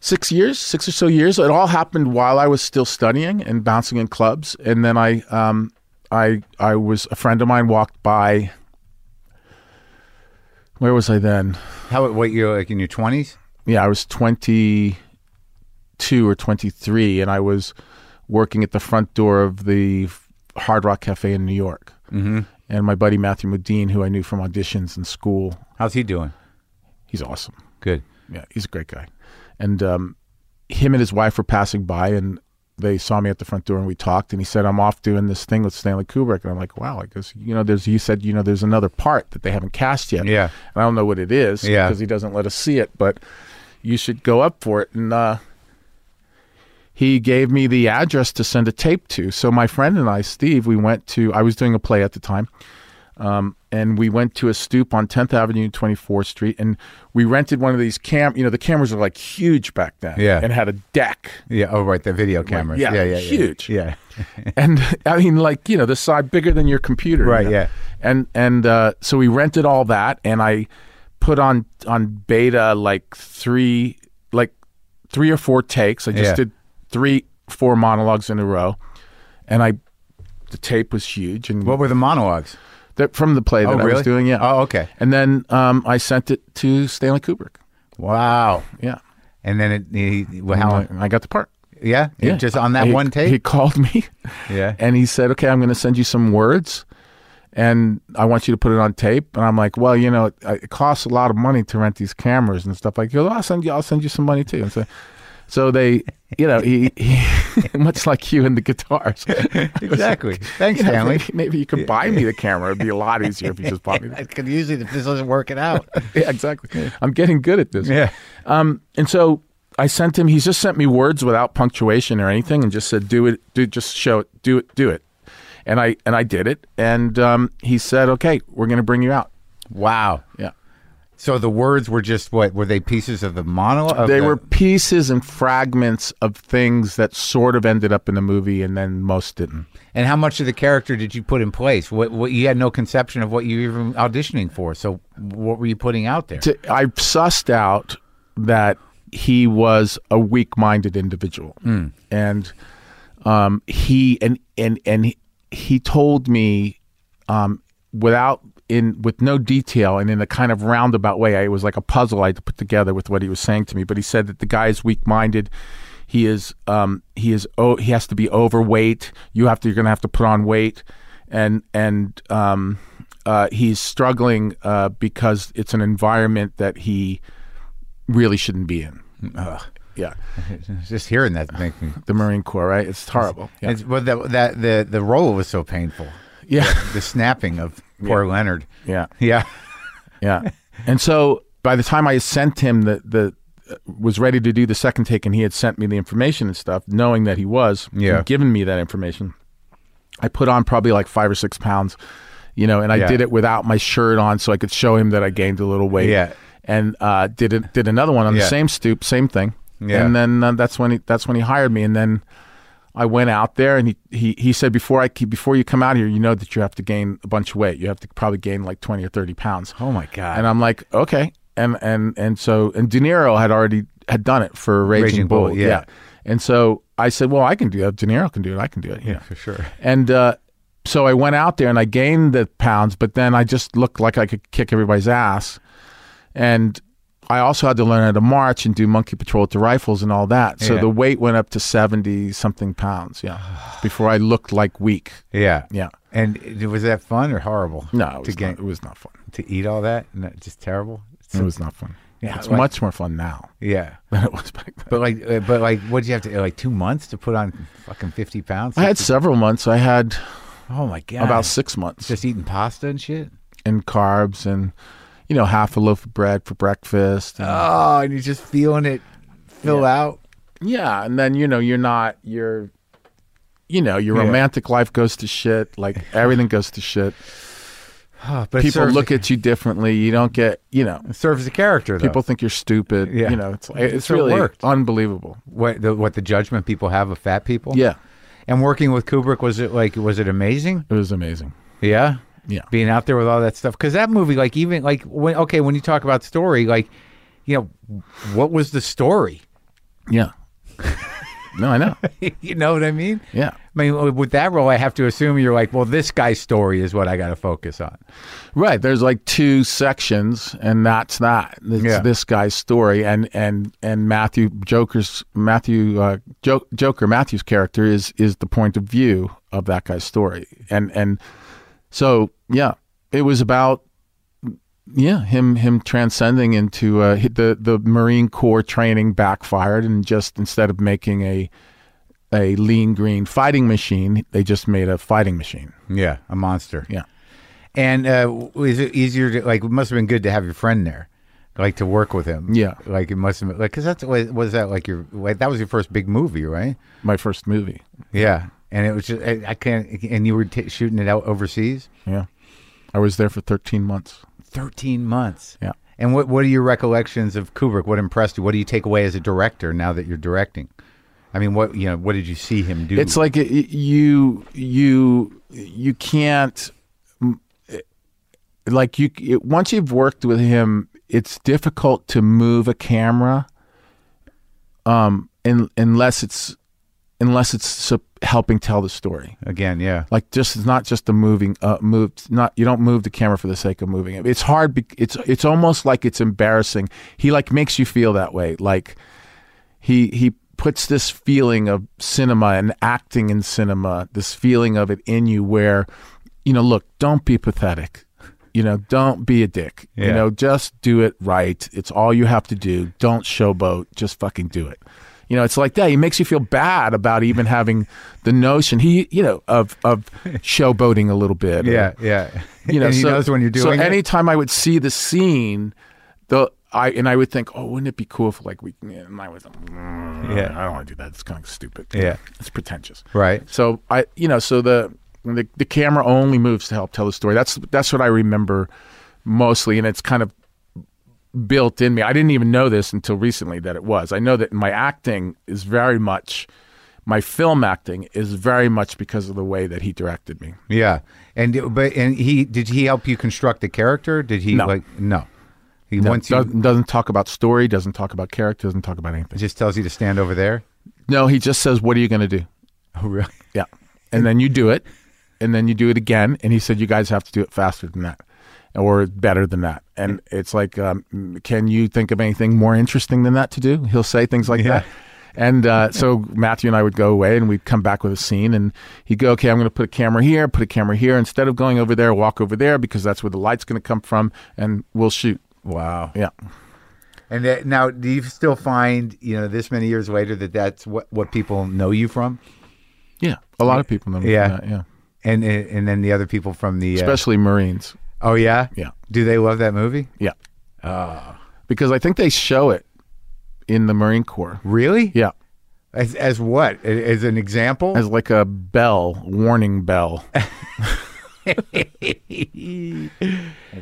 [SPEAKER 2] Six years, six or so years. It all happened while I was still studying and bouncing in clubs, and then I, um, I, I was a friend of mine walked by. Where was I then?
[SPEAKER 1] How what you're like in your twenties?
[SPEAKER 2] yeah, I was 22 or 23, and I was working at the front door of the Hard Rock Cafe in New York. Mm-hmm. And my buddy Matthew Modine, who I knew from auditions in school,
[SPEAKER 1] How's he doing?
[SPEAKER 2] he's awesome.
[SPEAKER 1] Good.
[SPEAKER 2] Yeah, he's a great guy. And um, him and his wife were passing by, and they saw me at the front door, and we talked. And he said, "I'm off doing this thing with Stanley Kubrick." And I'm like, "Wow!" I goes, "You know, there's." He said, "You know, there's another part that they haven't cast yet."
[SPEAKER 1] Yeah.
[SPEAKER 2] And I don't know what it is.
[SPEAKER 1] Yeah.
[SPEAKER 2] Because he doesn't let us see it, but you should go up for it. And uh, he gave me the address to send a tape to. So my friend and I, Steve, we went to. I was doing a play at the time um, and we went to a stoop on 10th Avenue and 24th Street, and we rented one of these cam. You know, the cameras were like huge back then,
[SPEAKER 1] Yeah.
[SPEAKER 2] and had a deck,
[SPEAKER 1] Yeah. Oh right, the video cameras.
[SPEAKER 2] yeah,
[SPEAKER 1] yeah. Yeah.
[SPEAKER 2] huge.
[SPEAKER 1] Yeah.
[SPEAKER 2] and I mean, like you know, the side bigger than your computer, you
[SPEAKER 1] Right,
[SPEAKER 2] know?
[SPEAKER 1] yeah.
[SPEAKER 2] and and uh, so we rented all that, and I put on on beta like three like three or four takes. I just
[SPEAKER 1] Yeah.
[SPEAKER 2] did three four monologues in a row, and I the tape was huge, and
[SPEAKER 1] What were the monologues?
[SPEAKER 2] that from the play that
[SPEAKER 1] Oh,
[SPEAKER 2] I
[SPEAKER 1] really?
[SPEAKER 2] was doing, yeah.
[SPEAKER 1] Oh, okay.
[SPEAKER 2] And then um, I sent it to Stanley Kubrick.
[SPEAKER 1] Wow.
[SPEAKER 2] Yeah.
[SPEAKER 1] And then it, he, well, how long?
[SPEAKER 2] And I, I got the part.
[SPEAKER 1] Yeah, It
[SPEAKER 2] Yeah.
[SPEAKER 1] just on that
[SPEAKER 2] He-
[SPEAKER 1] one
[SPEAKER 2] He
[SPEAKER 1] tape.
[SPEAKER 2] called me
[SPEAKER 1] yeah,
[SPEAKER 2] and he said, Okay, I'm going to send you some words and I want you to put it on tape. And I'm like, Well, you know, it, it costs a lot of money to rent these cameras and stuff. Like, goes, I'll send you, I'll send you some money too. And so, so they, you know, he, he much like you and the guitars.
[SPEAKER 1] exactly. Thanks,
[SPEAKER 2] You know,
[SPEAKER 1] Stanley.
[SPEAKER 2] maybe, maybe you could buy me the camera. It'd be a lot easier if you just bought me the
[SPEAKER 1] Because usually this doesn't work it out.
[SPEAKER 2] yeah, exactly. I'm getting good at this.
[SPEAKER 1] Yeah.
[SPEAKER 2] Um, and so I sent him. He just sent me words without punctuation or anything, and just said, "Do it. Do just show it. Do it. Do it." And I and I did it. And um, he said, "Okay, we're going to bring you out."
[SPEAKER 1] Wow.
[SPEAKER 2] Yeah.
[SPEAKER 1] So the words were just what were they pieces of the monologue? of
[SPEAKER 2] They
[SPEAKER 1] the-
[SPEAKER 2] were pieces and fragments of things that sort of ended up in the movie, and then most didn't.
[SPEAKER 1] And how much of the character did you put in place? What, what you had no conception of what you were even auditioning for. So what were you putting out there?
[SPEAKER 2] to, I sussed out that he was a weak-minded individual, and um, he and and and he- he told me um, without in with no detail and in a kind of roundabout way. I, it was like a puzzle I had to put together with what he was saying to me. But he said that the guy is weak-minded. He is um, he is oh, he has to be overweight. You have to you're going to have to put on weight, and and um, uh, he's struggling uh, because it's an environment that he really shouldn't be in. Yeah,
[SPEAKER 1] just hearing that makes me.
[SPEAKER 2] the Marine Corps, right? It's horrible. Yeah.
[SPEAKER 1] It's, well, that, that the the role was so painful.
[SPEAKER 2] Yeah.
[SPEAKER 1] the snapping of poor Leonard.
[SPEAKER 2] Yeah.
[SPEAKER 1] Yeah.
[SPEAKER 2] Yeah. and so by the time I sent him the the was ready to do the second take and he had sent me the information and stuff, knowing that he was
[SPEAKER 1] Yeah.
[SPEAKER 2] and given me that information. I put on probably like five or six pounds, you know, and I
[SPEAKER 1] Yeah.
[SPEAKER 2] did it without my shirt on so I could show him that I gained a little weight.
[SPEAKER 1] Yeah.
[SPEAKER 2] And uh, did it, did another one on
[SPEAKER 1] Yeah.
[SPEAKER 2] the same stoop, same thing.
[SPEAKER 1] Yeah.
[SPEAKER 2] And then uh, that's when he, that's when he hired me. And then I went out there and he, he, he said before I keep, before you come out here, you know that you have to gain a bunch of weight. You have to probably gain like twenty or thirty pounds.
[SPEAKER 1] Oh my God.
[SPEAKER 2] And I'm like, okay. And and and so and De Niro had already had done it for Raging,
[SPEAKER 1] Raging
[SPEAKER 2] Bull,
[SPEAKER 1] Bull, yeah.
[SPEAKER 2] And so I said, well, I can do that. De Niro can do it. I can do it. Yeah,
[SPEAKER 1] for sure.
[SPEAKER 2] And uh, so I went out there and I gained the pounds, but then I just looked like I could kick everybody's ass. And I also had to learn how to march and do monkey patrol with the rifles and all that. So
[SPEAKER 1] Yeah.
[SPEAKER 2] the weight went up to seventy something pounds. Yeah, before I looked like weak.
[SPEAKER 1] Yeah.
[SPEAKER 2] Yeah.
[SPEAKER 1] And it- was that fun or horrible?
[SPEAKER 2] No, it
[SPEAKER 1] to
[SPEAKER 2] was,
[SPEAKER 1] gain,
[SPEAKER 2] not, it was not fun.
[SPEAKER 1] to eat all that, and that- just terrible.
[SPEAKER 2] It was not fun.
[SPEAKER 1] Yeah,
[SPEAKER 2] it's
[SPEAKER 1] like-
[SPEAKER 2] much more fun now
[SPEAKER 1] yeah.
[SPEAKER 2] than it was back then.
[SPEAKER 1] But like, uh, but like, what'd you have to like two months to put on fucking fifty pounds?
[SPEAKER 2] I had several months. I had
[SPEAKER 1] oh my god,
[SPEAKER 2] about Mm. six months
[SPEAKER 1] just eating pasta and shit.
[SPEAKER 2] and carbs and, you know, half a loaf of bread for breakfast. and-
[SPEAKER 1] Oh, and you're just feeling it fill out.
[SPEAKER 2] yeah. And then, you know, you're not, you're, you know, your
[SPEAKER 1] Yeah.
[SPEAKER 2] romantic life goes to shit. Like everything goes to shit.
[SPEAKER 1] Oh, but it
[SPEAKER 2] People
[SPEAKER 1] serves-
[SPEAKER 2] look at you differently. You don't get, you know,
[SPEAKER 1] it serves the character. Though.
[SPEAKER 2] people think you're stupid.
[SPEAKER 1] Yeah.
[SPEAKER 2] You know, it's, it's
[SPEAKER 1] So it
[SPEAKER 2] really
[SPEAKER 1] worked.
[SPEAKER 2] unbelievable.
[SPEAKER 1] what the, what the judgment people have of fat people.
[SPEAKER 2] Yeah.
[SPEAKER 1] And working with Kubrick was it like was it amazing?
[SPEAKER 2] It was amazing.
[SPEAKER 1] Yeah.
[SPEAKER 2] Yeah.
[SPEAKER 1] Being out there with all that stuff because that movie, like even like when okay, when you talk about story, like you know, what was the story?
[SPEAKER 2] Yeah. no, I know.
[SPEAKER 1] you know what I mean?
[SPEAKER 2] Yeah.
[SPEAKER 1] I mean, with that role, I have to assume you're like, well, this guy's story is what I got to focus on.
[SPEAKER 2] Right. There's like two sections, and that's that. It's
[SPEAKER 1] Yeah.
[SPEAKER 2] this guy's story, and and and Matthew Joker's Matthew uh, jo- Joker Matthew's character is is the point of view of that guy's story, and and so yeah, it was about yeah him him transcending into uh, he- the the Marine Corps training backfired, and just instead of making a a lean green fighting machine, they just made a fighting machine.
[SPEAKER 1] Yeah, a monster.
[SPEAKER 2] Yeah.
[SPEAKER 1] And uh, w- is it easier to like? It must have been good to have your friend there, like to work with him.
[SPEAKER 2] Yeah.
[SPEAKER 1] like it must have been, like because that's what was that like your like, that was your first big movie, right?
[SPEAKER 2] My first movie.
[SPEAKER 1] Yeah, and it was just I, I can't. And you were t- shooting it out overseas,
[SPEAKER 2] Yeah. I was there for 13 months.
[SPEAKER 1] thirteen months.
[SPEAKER 2] Yeah.
[SPEAKER 1] And what what are your recollections of Kubrick? What impressed you? What do you take away as a director now that you're directing? I mean, what you know, what did you see him do?
[SPEAKER 2] It's like it, it- you you you can't mm, it- like you it, once you've worked with him, it's difficult to move a camera um in, unless it's unless it's sup- helping tell the story.
[SPEAKER 1] again, yeah,
[SPEAKER 2] Like just it's not just the moving uh move it's not you don't move the camera for the sake of moving it. It's hard bec it's it's almost like it's embarrassing. He like makes you feel that way. Like he he puts this feeling of cinema and acting in cinema, this feeling of it in you where you know, look, don't be pathetic. You know, don't be a dick. You
[SPEAKER 1] Yeah.
[SPEAKER 2] know, just do it right. It's all you have to do. Don't showboat. Just fucking do it. You know, it's like that. He makes you feel bad about even having the notion he, you know, of of showboating a little bit. or-
[SPEAKER 1] yeah, yeah.
[SPEAKER 2] you know,
[SPEAKER 1] and he
[SPEAKER 2] so,
[SPEAKER 1] knows when you're doing
[SPEAKER 2] so
[SPEAKER 1] it.
[SPEAKER 2] anytime I would see the scene, the I and I would think, oh, wouldn't it be cool if like we? And I was, yeah, I don't want to do that. It's kind of stupid.
[SPEAKER 1] Yeah.
[SPEAKER 2] it's pretentious.
[SPEAKER 1] Right.
[SPEAKER 2] So I, you know, so the the, the camera only moves to help tell the story. That's that's what I remember mostly, and it's kind of built in me. I didn't even know this until recently that it was. I know that my acting is very much. My film acting is very much because of the way that he directed me.
[SPEAKER 1] Yeah, and but and he did he help you construct the character? Did he
[SPEAKER 2] No.
[SPEAKER 1] like no? He
[SPEAKER 2] No,
[SPEAKER 1] once you,
[SPEAKER 2] doesn't, doesn't talk about story, doesn't talk about character, doesn't talk about anything.
[SPEAKER 1] just tells you to stand over there.
[SPEAKER 2] No, he just says, "What are you going to do?"
[SPEAKER 1] Oh really?
[SPEAKER 2] Yeah, and then you do it, and then you do it again. And he said, "You guys have to do it faster than that, or better than that."
[SPEAKER 1] Mm.
[SPEAKER 2] And it's like, um, can you think of anything more interesting than that to do? He'll say things like that. And uh, so Matthew and I would go away, and we'd come back with a scene, and he'd go, "Okay, I'm going to put a camera here, put a camera here. Instead of going over there, walk over there because that's where the light's going to come from, and we'll shoot."
[SPEAKER 1] Wow.
[SPEAKER 2] Yeah.
[SPEAKER 1] And that, now, do you still find you know this many years later that that's what what people know you from?
[SPEAKER 2] Yeah, a lot of people know me.
[SPEAKER 1] Yeah.
[SPEAKER 2] Yeah, yeah.
[SPEAKER 1] and and then the other people from the uh,
[SPEAKER 2] especially Marines.
[SPEAKER 1] oh yeah
[SPEAKER 2] Yeah.
[SPEAKER 1] do they love that movie
[SPEAKER 2] Yeah. Uh, because I think they show it in the Marine Corps.
[SPEAKER 1] really
[SPEAKER 2] Yeah.
[SPEAKER 1] as, as what A- as an example
[SPEAKER 2] As like a bell, warning bell. I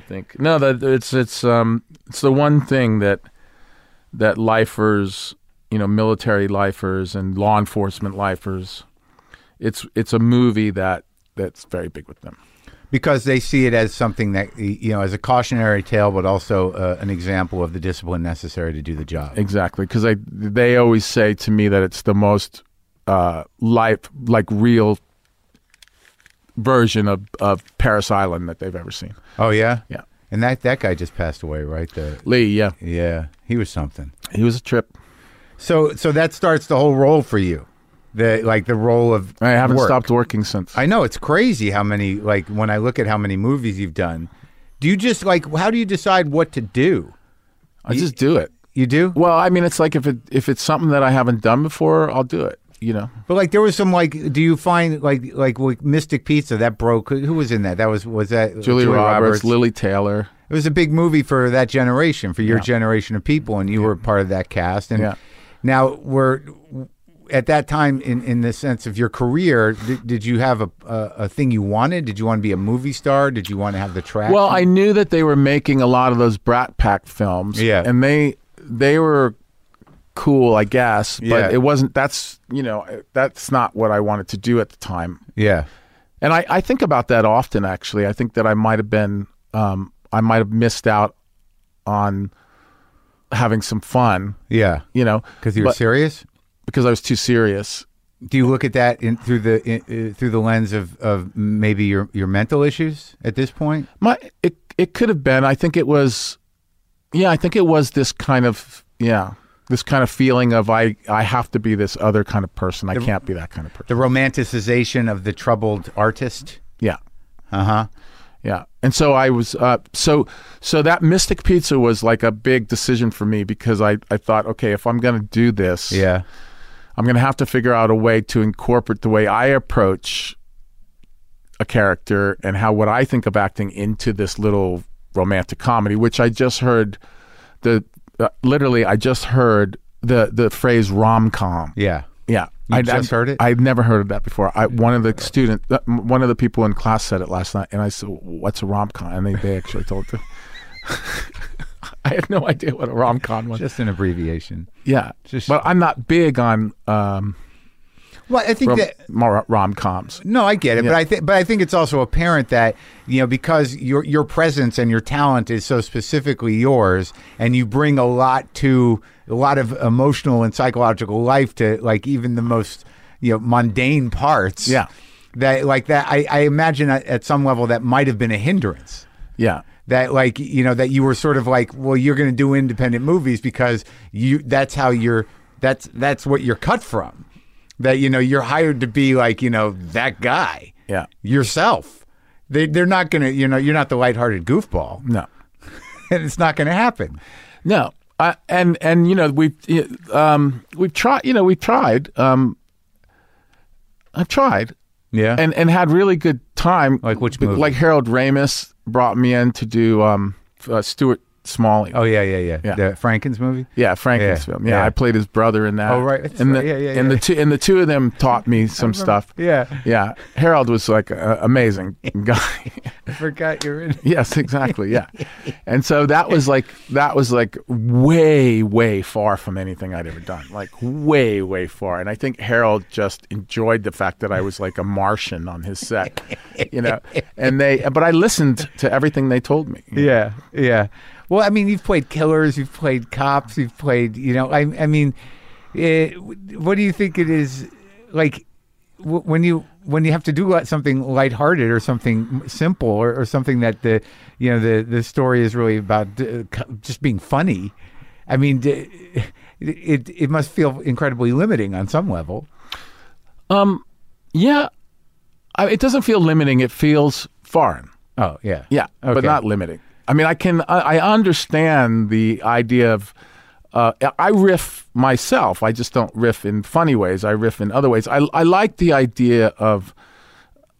[SPEAKER 2] think no, that it's it's um it's the one thing that that lifers, you know, military lifers and law enforcement lifers, it's it's a movie that that's very big with them.
[SPEAKER 1] because they see it as something that you know as a cautionary tale but also uh, an example of the discipline necessary to do the job
[SPEAKER 2] Exactly, because I they always say to me that it's the most uh, life like real version of of Paris Island that they've ever seen.
[SPEAKER 1] oh yeah
[SPEAKER 2] Yeah,
[SPEAKER 1] and that that guy just passed away right the
[SPEAKER 2] Lee. Yeah,
[SPEAKER 1] yeah he was something
[SPEAKER 2] he was a trip.
[SPEAKER 1] so so that starts the whole role for you the like the role of
[SPEAKER 2] I haven't
[SPEAKER 1] work.
[SPEAKER 2] stopped working since.
[SPEAKER 1] I know it's crazy how many like when I look at how many movies you've done. Do you just like how do you decide what to do?
[SPEAKER 2] I just do it.
[SPEAKER 1] You do?
[SPEAKER 2] Well, I mean, it's like if it if it's something that I haven't done before, I'll do it. You know,
[SPEAKER 1] But like there was some like do you find like like, like Mystic Pizza that broke who was in that? That was was that
[SPEAKER 2] Julie, Roberts, Lily Taylor.
[SPEAKER 1] it was a big movie for that generation, for your generation of people and you were part of that cast and
[SPEAKER 2] Yeah.
[SPEAKER 1] now we're at that time in in the sense of your career did, did you have a, a a thing you wanted? Did you want to be a movie star? Did you want to have the track?
[SPEAKER 2] Well, I knew that they were making a lot of those Brat Pack films.
[SPEAKER 1] Yeah.
[SPEAKER 2] and they they were cool, I guess. But
[SPEAKER 1] Yeah.
[SPEAKER 2] it wasn't. That's you know that's not what I wanted to do at the time.
[SPEAKER 1] yeah.
[SPEAKER 2] And I I think about that often. Actually, I think that I might have been um, I might have missed out on having some fun.
[SPEAKER 1] Yeah.
[SPEAKER 2] You know,
[SPEAKER 1] Cuz you were
[SPEAKER 2] but-
[SPEAKER 1] serious?
[SPEAKER 2] because I was too serious.
[SPEAKER 1] do you look at that in, through the in, uh, through the lens of, of maybe your, your mental issues at this point?
[SPEAKER 2] My it it could have been. I think it was. Yeah, I think it was this kind of yeah, this kind of feeling of I I have to be this other kind of person. I can't be that kind of person.
[SPEAKER 1] The romanticization of the troubled artist.
[SPEAKER 2] Yeah,
[SPEAKER 1] Uh huh.
[SPEAKER 2] yeah. And so I was uh so so that Mystic Pizza was like a big decision for me because I I thought okay if I'm gonna do this
[SPEAKER 1] Yeah.
[SPEAKER 2] I'm gonna have to figure out a way to incorporate the way I approach a character and how what I think of acting into this little romantic comedy, which I just heard the uh, literally I just heard the the phrase rom com.
[SPEAKER 1] Yeah.
[SPEAKER 2] Yeah,
[SPEAKER 1] You just heard it?
[SPEAKER 2] I've never heard of that before. I one of the student, uh, m- one of the people in class said it last night, and I said, "What's a rom com?" And they, they actually told me. I had no idea what a rom com was.
[SPEAKER 1] Just an abbreviation.
[SPEAKER 2] yeah,
[SPEAKER 1] just-
[SPEAKER 2] but I'm not big on um,
[SPEAKER 1] Well, I think
[SPEAKER 2] rom-
[SPEAKER 1] that
[SPEAKER 2] mor- rom-coms.
[SPEAKER 1] No, I get it, but I think but I think it's also apparent that you know because your your presence and your talent is so specifically yours, and you bring a lot to a lot of emotional and psychological life to like even the most you know mundane parts.
[SPEAKER 2] Yeah.
[SPEAKER 1] that like that. I, I imagine at, at some level that might have been a hindrance.
[SPEAKER 2] Yeah.
[SPEAKER 1] That like you know that you were sort of like well you're going to do independent movies because you that's how you're that's that's what you're cut from. That you know you're hired to be like you know that guy
[SPEAKER 2] Yeah.
[SPEAKER 1] yourself. They, they're not going to, you know, you're not the lighthearted goofball,
[SPEAKER 2] No.
[SPEAKER 1] and it's not going to happen.
[SPEAKER 2] No. I, and and you know we've um, we've tried you know we've tried um, I've tried
[SPEAKER 1] Yeah.
[SPEAKER 2] and and had really good time
[SPEAKER 1] Like which
[SPEAKER 2] But
[SPEAKER 1] movie?
[SPEAKER 2] like Harold Ramis brought me in to do um, uh, Stuart Smalley
[SPEAKER 1] oh yeah, yeah, yeah,
[SPEAKER 2] Yeah.
[SPEAKER 1] The Franken's movie.
[SPEAKER 2] yeah Franken's
[SPEAKER 1] Yeah,
[SPEAKER 2] film yeah,
[SPEAKER 1] yeah.
[SPEAKER 2] I played his brother in that
[SPEAKER 1] Oh, right. That's
[SPEAKER 2] and
[SPEAKER 1] right.
[SPEAKER 2] the,
[SPEAKER 1] Yeah, yeah,
[SPEAKER 2] and
[SPEAKER 1] yeah.
[SPEAKER 2] the two and the two of them taught me some stuff
[SPEAKER 1] Yeah,
[SPEAKER 2] yeah Harold was like a, amazing guy
[SPEAKER 1] I forgot you're in.
[SPEAKER 2] Yes, exactly. Yeah. and so that was like that was like way way far from anything I'd ever done. Like way way far. And I think Harold just enjoyed the fact that I was like a Martian on his set. You know. And they but I listened to everything they told me.
[SPEAKER 1] Yeah, yeah. Well, I mean, you've played killers, you've played cops, you've played, you know, I, I mean, eh, what do you think it is like w- when you when you have to do li- something lighthearted or something simple or, or something that the you know the the story is really about uh, co- just being funny? I mean, d- it it must feel incredibly limiting on some level.
[SPEAKER 2] Um yeah. I, it doesn't feel limiting. It feels foreign.
[SPEAKER 1] Oh yeah,
[SPEAKER 2] Yeah, but
[SPEAKER 1] Okay.
[SPEAKER 2] not limiting. I mean, I can I, I understand the idea of uh, I riff myself. I just don't riff in funny ways. I riff in other ways. I I like the idea of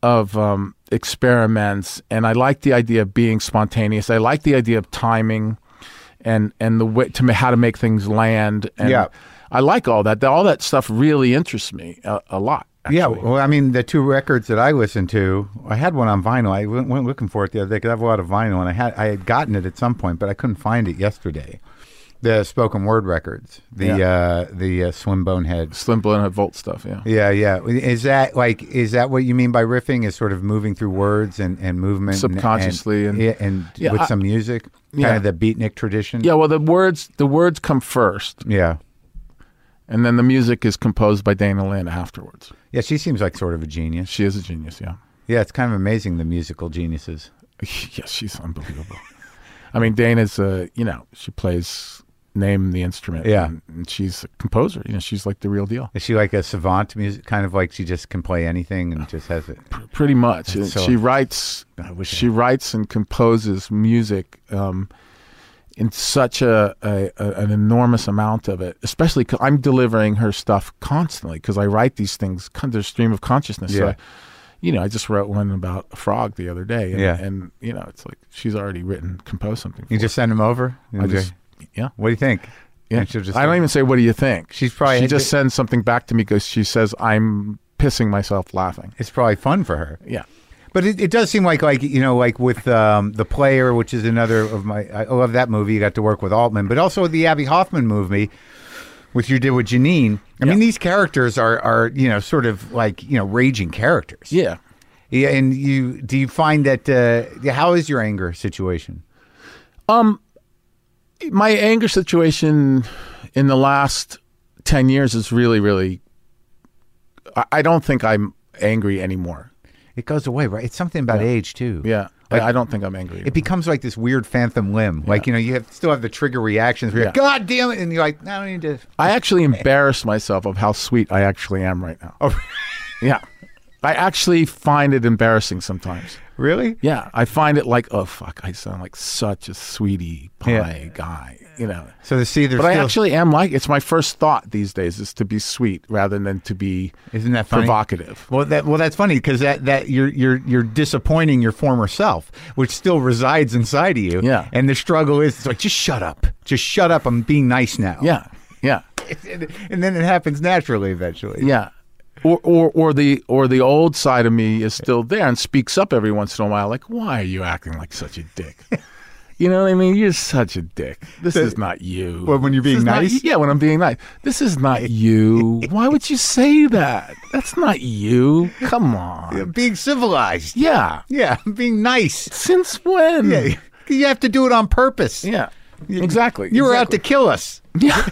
[SPEAKER 2] of um, experiments, and I like the idea of being spontaneous. I like the idea of timing, and and the way to ma- how to make things land. And
[SPEAKER 1] Yeah.
[SPEAKER 2] I like all that. All that stuff really interests me a, a lot.
[SPEAKER 1] Yeah,
[SPEAKER 2] actually.
[SPEAKER 1] well, I mean, the two records that I listened to, I had one on vinyl. I went, went looking for it the other day because I have a lot of vinyl, and I had I had gotten it at some point, but I couldn't find it yesterday. The spoken word records, the
[SPEAKER 2] Yeah.
[SPEAKER 1] uh, the uh, Slim Bonehead.
[SPEAKER 2] Slim Blend and Volt stuff. Yeah.
[SPEAKER 1] Yeah, yeah. Is that like is that what you mean by riffing? Is sort of moving through words and, and movement and-
[SPEAKER 2] Subconsciously
[SPEAKER 1] and
[SPEAKER 2] and-
[SPEAKER 1] yeah, and
[SPEAKER 2] Yeah,
[SPEAKER 1] with
[SPEAKER 2] I-
[SPEAKER 1] some music,
[SPEAKER 2] Yeah.
[SPEAKER 1] kind of the beatnik tradition.
[SPEAKER 2] Yeah. Well, the words the words come first,
[SPEAKER 1] yeah,
[SPEAKER 2] and then the music is composed by Dana Lynn afterwards.
[SPEAKER 1] yeah. She seems like sort of a genius.
[SPEAKER 2] She is a genius. Yeah.
[SPEAKER 1] Yeah, it's kind of amazing the musical geniuses.
[SPEAKER 2] yes, she's unbelievable. I mean, Dana's uh, you know, she plays name the instrument.
[SPEAKER 1] Yeah.
[SPEAKER 2] and, and she's a composer. You know, she's like the real deal,
[SPEAKER 1] Is she like a savant music? Kind of like she just can play anything and just has it.
[SPEAKER 2] P- pretty much. And
[SPEAKER 1] so-
[SPEAKER 2] she writes. she writes and composes music. Um, in such a, a, a an enormous amount of it, especially 'cause I'm delivering her stuff constantly because I write these things. con- There's stream of consciousness. So
[SPEAKER 1] Yeah.
[SPEAKER 2] I, you know, I just wrote one about a frog the other day. And,
[SPEAKER 1] Yeah.
[SPEAKER 2] and you know, it's like she's already written, composed something.
[SPEAKER 1] You
[SPEAKER 2] for
[SPEAKER 1] just send them over.
[SPEAKER 2] I just, yeah.
[SPEAKER 1] what do you think?
[SPEAKER 2] Yeah.
[SPEAKER 1] And she'll just
[SPEAKER 2] I don't
[SPEAKER 1] like-
[SPEAKER 2] even say, what do you think?
[SPEAKER 1] She's probably-
[SPEAKER 2] she just sends something back to me because she says, I'm pissing myself laughing.
[SPEAKER 1] It's probably fun for her.
[SPEAKER 2] Yeah.
[SPEAKER 1] But it, it does seem like like you know like with um, the player, which is another of my I love that movie. You got to work with Altman, but also the Abby Hoffman movie, which you did with Janine. I mean, these characters are are you know sort of like you know raging characters.
[SPEAKER 2] Yeah.
[SPEAKER 1] Yeah, and you do you find that uh, how is your anger situation?
[SPEAKER 2] My anger situation in the last 10 years is really, really, I, I don't think I'm angry anymore.
[SPEAKER 1] It goes away, right? It's something about age too.
[SPEAKER 2] Yeah. I- I, don't think I'm angry.
[SPEAKER 1] it becomes like this weird phantom limb. Like you know, you have still have the trigger reactions. Where you're,
[SPEAKER 2] Yeah.
[SPEAKER 1] God damn it, and you're like, I don't need to.
[SPEAKER 2] I actually embarrassed myself of how sweet I actually am right now. Oh. yeah. I actually find it embarrassing sometimes.
[SPEAKER 1] Really?
[SPEAKER 2] Yeah, I find it like, oh fuck, I sound like such a sweetie pie guy, you know.
[SPEAKER 1] So the see, there's
[SPEAKER 2] But I
[SPEAKER 1] still-
[SPEAKER 2] actually am like it's my first thought these days is to be sweet rather than to be
[SPEAKER 1] Isn't that funny?
[SPEAKER 2] provocative.
[SPEAKER 1] Well, that well, that's funny because that that you're you're you're disappointing your former self, which still resides inside of you.
[SPEAKER 2] Yeah.
[SPEAKER 1] And the struggle is, it's like just shut up, just shut up. I'm being nice now.
[SPEAKER 2] Yeah. Yeah.
[SPEAKER 1] And, then it happens naturally eventually.
[SPEAKER 2] Yeah. Or, or or the or the old side of me is still there and speaks up every once in a while like why are you acting like such a dick you know what i mean you're such a dick this is not you
[SPEAKER 1] Well, when you're
[SPEAKER 2] This
[SPEAKER 1] being
[SPEAKER 2] is not-
[SPEAKER 1] nice?
[SPEAKER 2] yeah when i'm being nice this is not you why would you say that that's not you come on
[SPEAKER 1] Being civilized.
[SPEAKER 2] yeah
[SPEAKER 1] Yeah. Being nice.
[SPEAKER 2] since when
[SPEAKER 1] Yeah. You have to do it on purpose.
[SPEAKER 2] Yeah. exactly
[SPEAKER 1] You were
[SPEAKER 2] exactly.
[SPEAKER 1] out to kill us.
[SPEAKER 2] Yeah.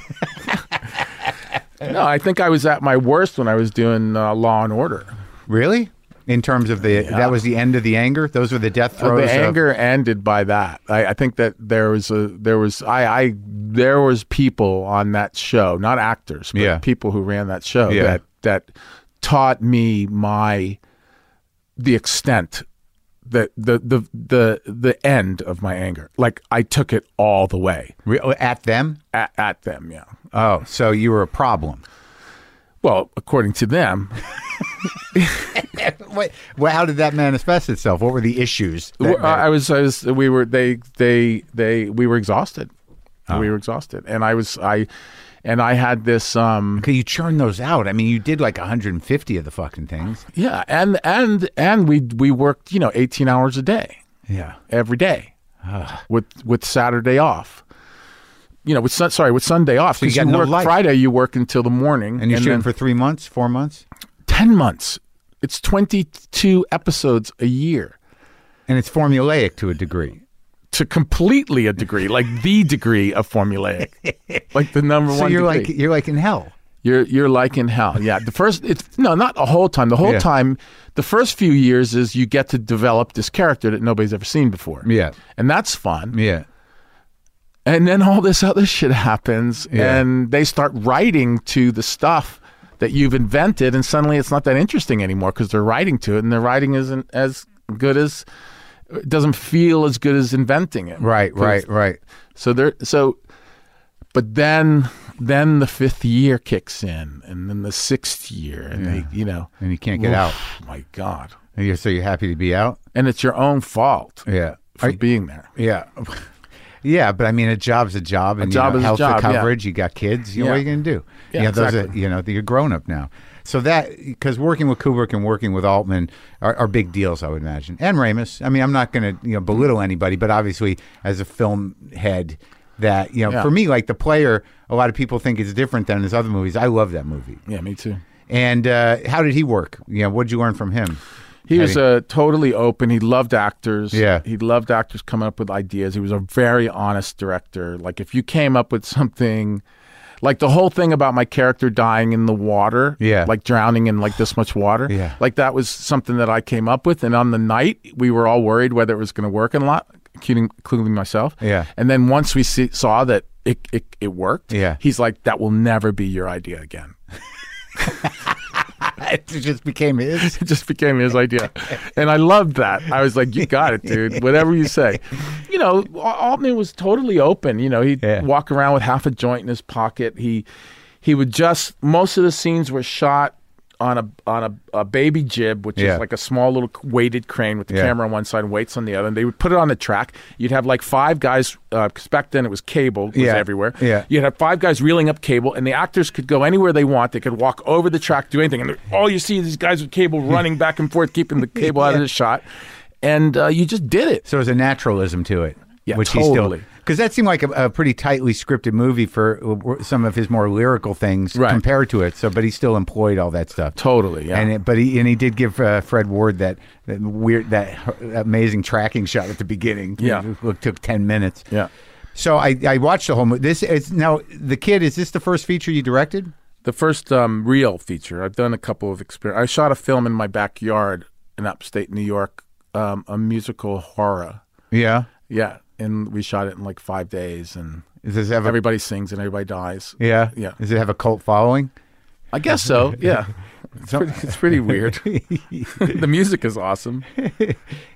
[SPEAKER 2] no, I think I was at my worst when I was doing uh, Law and Order.
[SPEAKER 1] Really? In terms of the that was the end of the anger. Those were the death
[SPEAKER 2] Uh,
[SPEAKER 1] throes.
[SPEAKER 2] the
[SPEAKER 1] of-
[SPEAKER 2] anger ended by that. I, I think that there was a there was I, I there was people on that show, not actors, but
[SPEAKER 1] Yeah.
[SPEAKER 2] people who ran that show
[SPEAKER 1] Yeah.
[SPEAKER 2] that that taught me my the extent the, the the the the end of my anger. Like I took it all the way
[SPEAKER 1] Re- oh, at them.
[SPEAKER 2] at, at them. Yeah.
[SPEAKER 1] Oh, so you were a problem.
[SPEAKER 2] Well, according to them,
[SPEAKER 1] What, well, how did that manifest itself? What were the issues? that-
[SPEAKER 2] Well, I I was, I was, we were, they, they, they, we were exhausted.
[SPEAKER 1] Oh.
[SPEAKER 2] We were exhausted. And I was, I, and I had this, um,
[SPEAKER 1] Okay, you churn those out. I mean, you did like 150 of the fucking things.
[SPEAKER 2] yeah. And, and, and we, we worked, you know, 18 hours a day
[SPEAKER 1] Yeah.
[SPEAKER 2] every day with, with Saturday off. You know, with sun, sorry, with Sunday off.
[SPEAKER 1] you
[SPEAKER 2] 'cause
[SPEAKER 1] got
[SPEAKER 2] you
[SPEAKER 1] no
[SPEAKER 2] work
[SPEAKER 1] life.
[SPEAKER 2] Friday, you work until the morning.
[SPEAKER 1] And you're shooting
[SPEAKER 2] then
[SPEAKER 1] for three months, four months,
[SPEAKER 2] 10 months. It's 22 episodes a year.
[SPEAKER 1] and it's formulaic to a degree.
[SPEAKER 2] to completely a degree, like the degree of formulaic, like the number
[SPEAKER 1] So
[SPEAKER 2] one.
[SPEAKER 1] you're
[SPEAKER 2] degree.
[SPEAKER 1] like you're like in hell.
[SPEAKER 2] you're you're like in hell. Yeah, the first it's no, not the whole time. The whole
[SPEAKER 1] Yeah.
[SPEAKER 2] time, the first few years is you get to develop this character that nobody's ever seen before.
[SPEAKER 1] Yeah.
[SPEAKER 2] and that's fun.
[SPEAKER 1] Yeah.
[SPEAKER 2] And then all this other shit happens,
[SPEAKER 1] Yeah.
[SPEAKER 2] and they start writing to the stuff that you've invented, and suddenly it's not that interesting anymore because they're writing to it, and their writing isn't as good as. It doesn't feel as good as inventing it.
[SPEAKER 1] Right.
[SPEAKER 2] 'Cause
[SPEAKER 1] Right. Right.
[SPEAKER 2] so there so but then then the fifth year kicks in and then the sixth year and they you know
[SPEAKER 1] And you can't get out.
[SPEAKER 2] my god.
[SPEAKER 1] And you're so you're happy to be out?
[SPEAKER 2] and it's your own fault
[SPEAKER 1] Yeah.
[SPEAKER 2] for being there.
[SPEAKER 1] Yeah. Yeah, but I mean, a job's a job, and
[SPEAKER 2] job
[SPEAKER 1] you know,
[SPEAKER 2] is a
[SPEAKER 1] health
[SPEAKER 2] job, yeah.
[SPEAKER 1] coverage. You got kids. You know what
[SPEAKER 2] Yeah.
[SPEAKER 1] are you going to do?
[SPEAKER 2] Yeah,
[SPEAKER 1] you know, those are,
[SPEAKER 2] exactly.
[SPEAKER 1] you know, you're grown up now. So that because working with Kubrick and working with Altman are, are big deals, I would imagine, and Ramus. I mean, I'm not going to you know belittle anybody, but obviously, as a film head, that you know,
[SPEAKER 2] Yeah.
[SPEAKER 1] for me, like the player, a lot of people think it's different than his other movies. I love that movie.
[SPEAKER 2] Yeah, me too.
[SPEAKER 1] And uh, how did he work? You know, what did you learn from him?
[SPEAKER 2] He
[SPEAKER 1] How
[SPEAKER 2] was
[SPEAKER 1] did-
[SPEAKER 2] uh, totally open. He loved actors.
[SPEAKER 1] Yeah.
[SPEAKER 2] He loved actors coming up with ideas. He was a very honest director. Like, if you came up with something, like the whole thing about my character dying in the water,
[SPEAKER 1] Yeah.
[SPEAKER 2] like drowning in like this much water,
[SPEAKER 1] Yeah.
[SPEAKER 2] like that was something that I came up with. And on the night, we were all worried whether it was going to work or not, including, including myself.
[SPEAKER 1] Yeah.
[SPEAKER 2] And then once we see, saw that it, it, it worked,
[SPEAKER 1] Yeah.
[SPEAKER 2] he's like, that will never be your idea again.
[SPEAKER 1] it just became his.
[SPEAKER 2] It just became his idea. And I loved that. I was like, you got it, dude. Whatever you say. You know, Al- Altman was totally open. You know, he'd
[SPEAKER 1] Yeah.
[SPEAKER 2] walk around with half a joint in his pocket. He he would just most of the scenes were shot on a on a, a baby jib, which
[SPEAKER 1] Yeah.
[SPEAKER 2] is like a small little weighted crane with the
[SPEAKER 1] Yeah.
[SPEAKER 2] camera on one side and weights on the other. And they would put it on the track. You'd have like five guys, because back then it was cable, was
[SPEAKER 1] Yeah.
[SPEAKER 2] everywhere.
[SPEAKER 1] Yeah.
[SPEAKER 2] You'd have five guys reeling up cable, and the actors could go anywhere they want. They could walk over the track, do anything, and they're- all you see is these guys with cable running back and forth, keeping the cable out of the shot, and uh, you just did it.
[SPEAKER 1] So there's a naturalism to it.
[SPEAKER 2] Yeah,
[SPEAKER 1] which
[SPEAKER 2] totally.
[SPEAKER 1] Because that seemed like a, a pretty tightly scripted movie for uh, some of his more lyrical things
[SPEAKER 2] Right.
[SPEAKER 1] compared to it. So, but he still employed all that stuff.
[SPEAKER 2] Totally, yeah.
[SPEAKER 1] And it, but he and he did give uh, Fred Ward that, that weird that amazing tracking shot at the beginning.
[SPEAKER 2] Yeah.
[SPEAKER 1] It took- took ten minutes.
[SPEAKER 2] Yeah.
[SPEAKER 1] So I, I watched the whole movie. This is now the kid. Is this the first feature you directed?
[SPEAKER 2] The first um, real feature. I've done a couple of experience. I shot a film in my backyard in upstate New York, um, a musical horror.
[SPEAKER 1] Yeah.
[SPEAKER 2] Yeah, and we shot it in like five days, and
[SPEAKER 1] Does this have a,
[SPEAKER 2] everybody sings and everybody dies.
[SPEAKER 1] yeah
[SPEAKER 2] Yeah.
[SPEAKER 1] Does it have a cult following?
[SPEAKER 2] I guess so. Yeah. It's pretty, it's pretty weird. the music is awesome.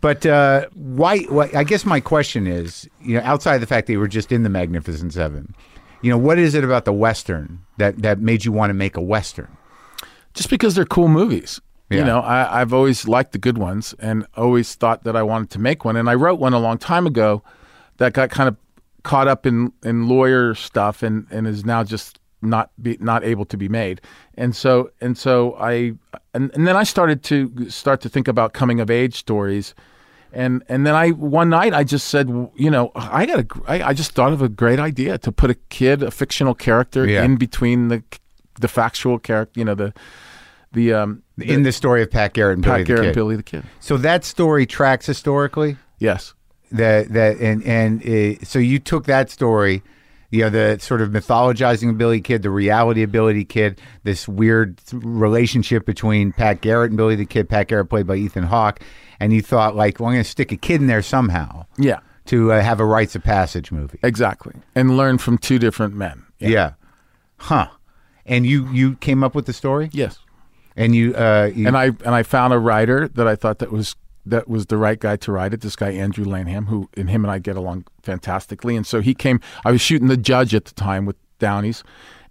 [SPEAKER 1] But uh, why, why? I guess my question is, you know, outside of the fact that you were just in the Magnificent Seven, you know, what is it about the western that that made you want to make a western?
[SPEAKER 2] just because they're cool movies.
[SPEAKER 1] Yeah.
[SPEAKER 2] You know, I, I've always liked the good ones and always thought that I wanted to make one. And I wrote one a long time ago that got kind of caught up in, in lawyer stuff and, and is now just not be, not able to be made. And so and so I and, and then I started to start to think about coming of age stories. And and then I one night I just said, you know, I got a gr- I, I just thought of a great idea to put a kid, a fictional character
[SPEAKER 1] Yeah.
[SPEAKER 2] in between the the factual character, you know, the the um
[SPEAKER 1] In the story of Pat Garrett and Billy the
[SPEAKER 2] Pat Garrett
[SPEAKER 1] Kid.
[SPEAKER 2] and Billy the Kid.
[SPEAKER 1] So that story tracks historically.
[SPEAKER 2] Yes.
[SPEAKER 1] That that and and uh, so you took that story, you know, the sort of mythologizing of Billy Kid, the reality of Billy the Kid, this weird relationship between Pat Garrett and Billy the Kid. Pat Garrett played by Ethan Hawke, and you thought like, well, I'm going to stick a kid in there somehow.
[SPEAKER 2] Yeah.
[SPEAKER 1] to uh, have a rites of passage movie.
[SPEAKER 2] Exactly. And learn from two different men.
[SPEAKER 1] Yeah. Huh. And you you came up with the story,
[SPEAKER 2] Yes.
[SPEAKER 1] and you, uh, you
[SPEAKER 2] And I and I found a writer that I thought that was that was the right guy to write it. This guy Andrew Lanham, who and him and I get along fantastically. And so he came. I was shooting the judge at the time with Downey's,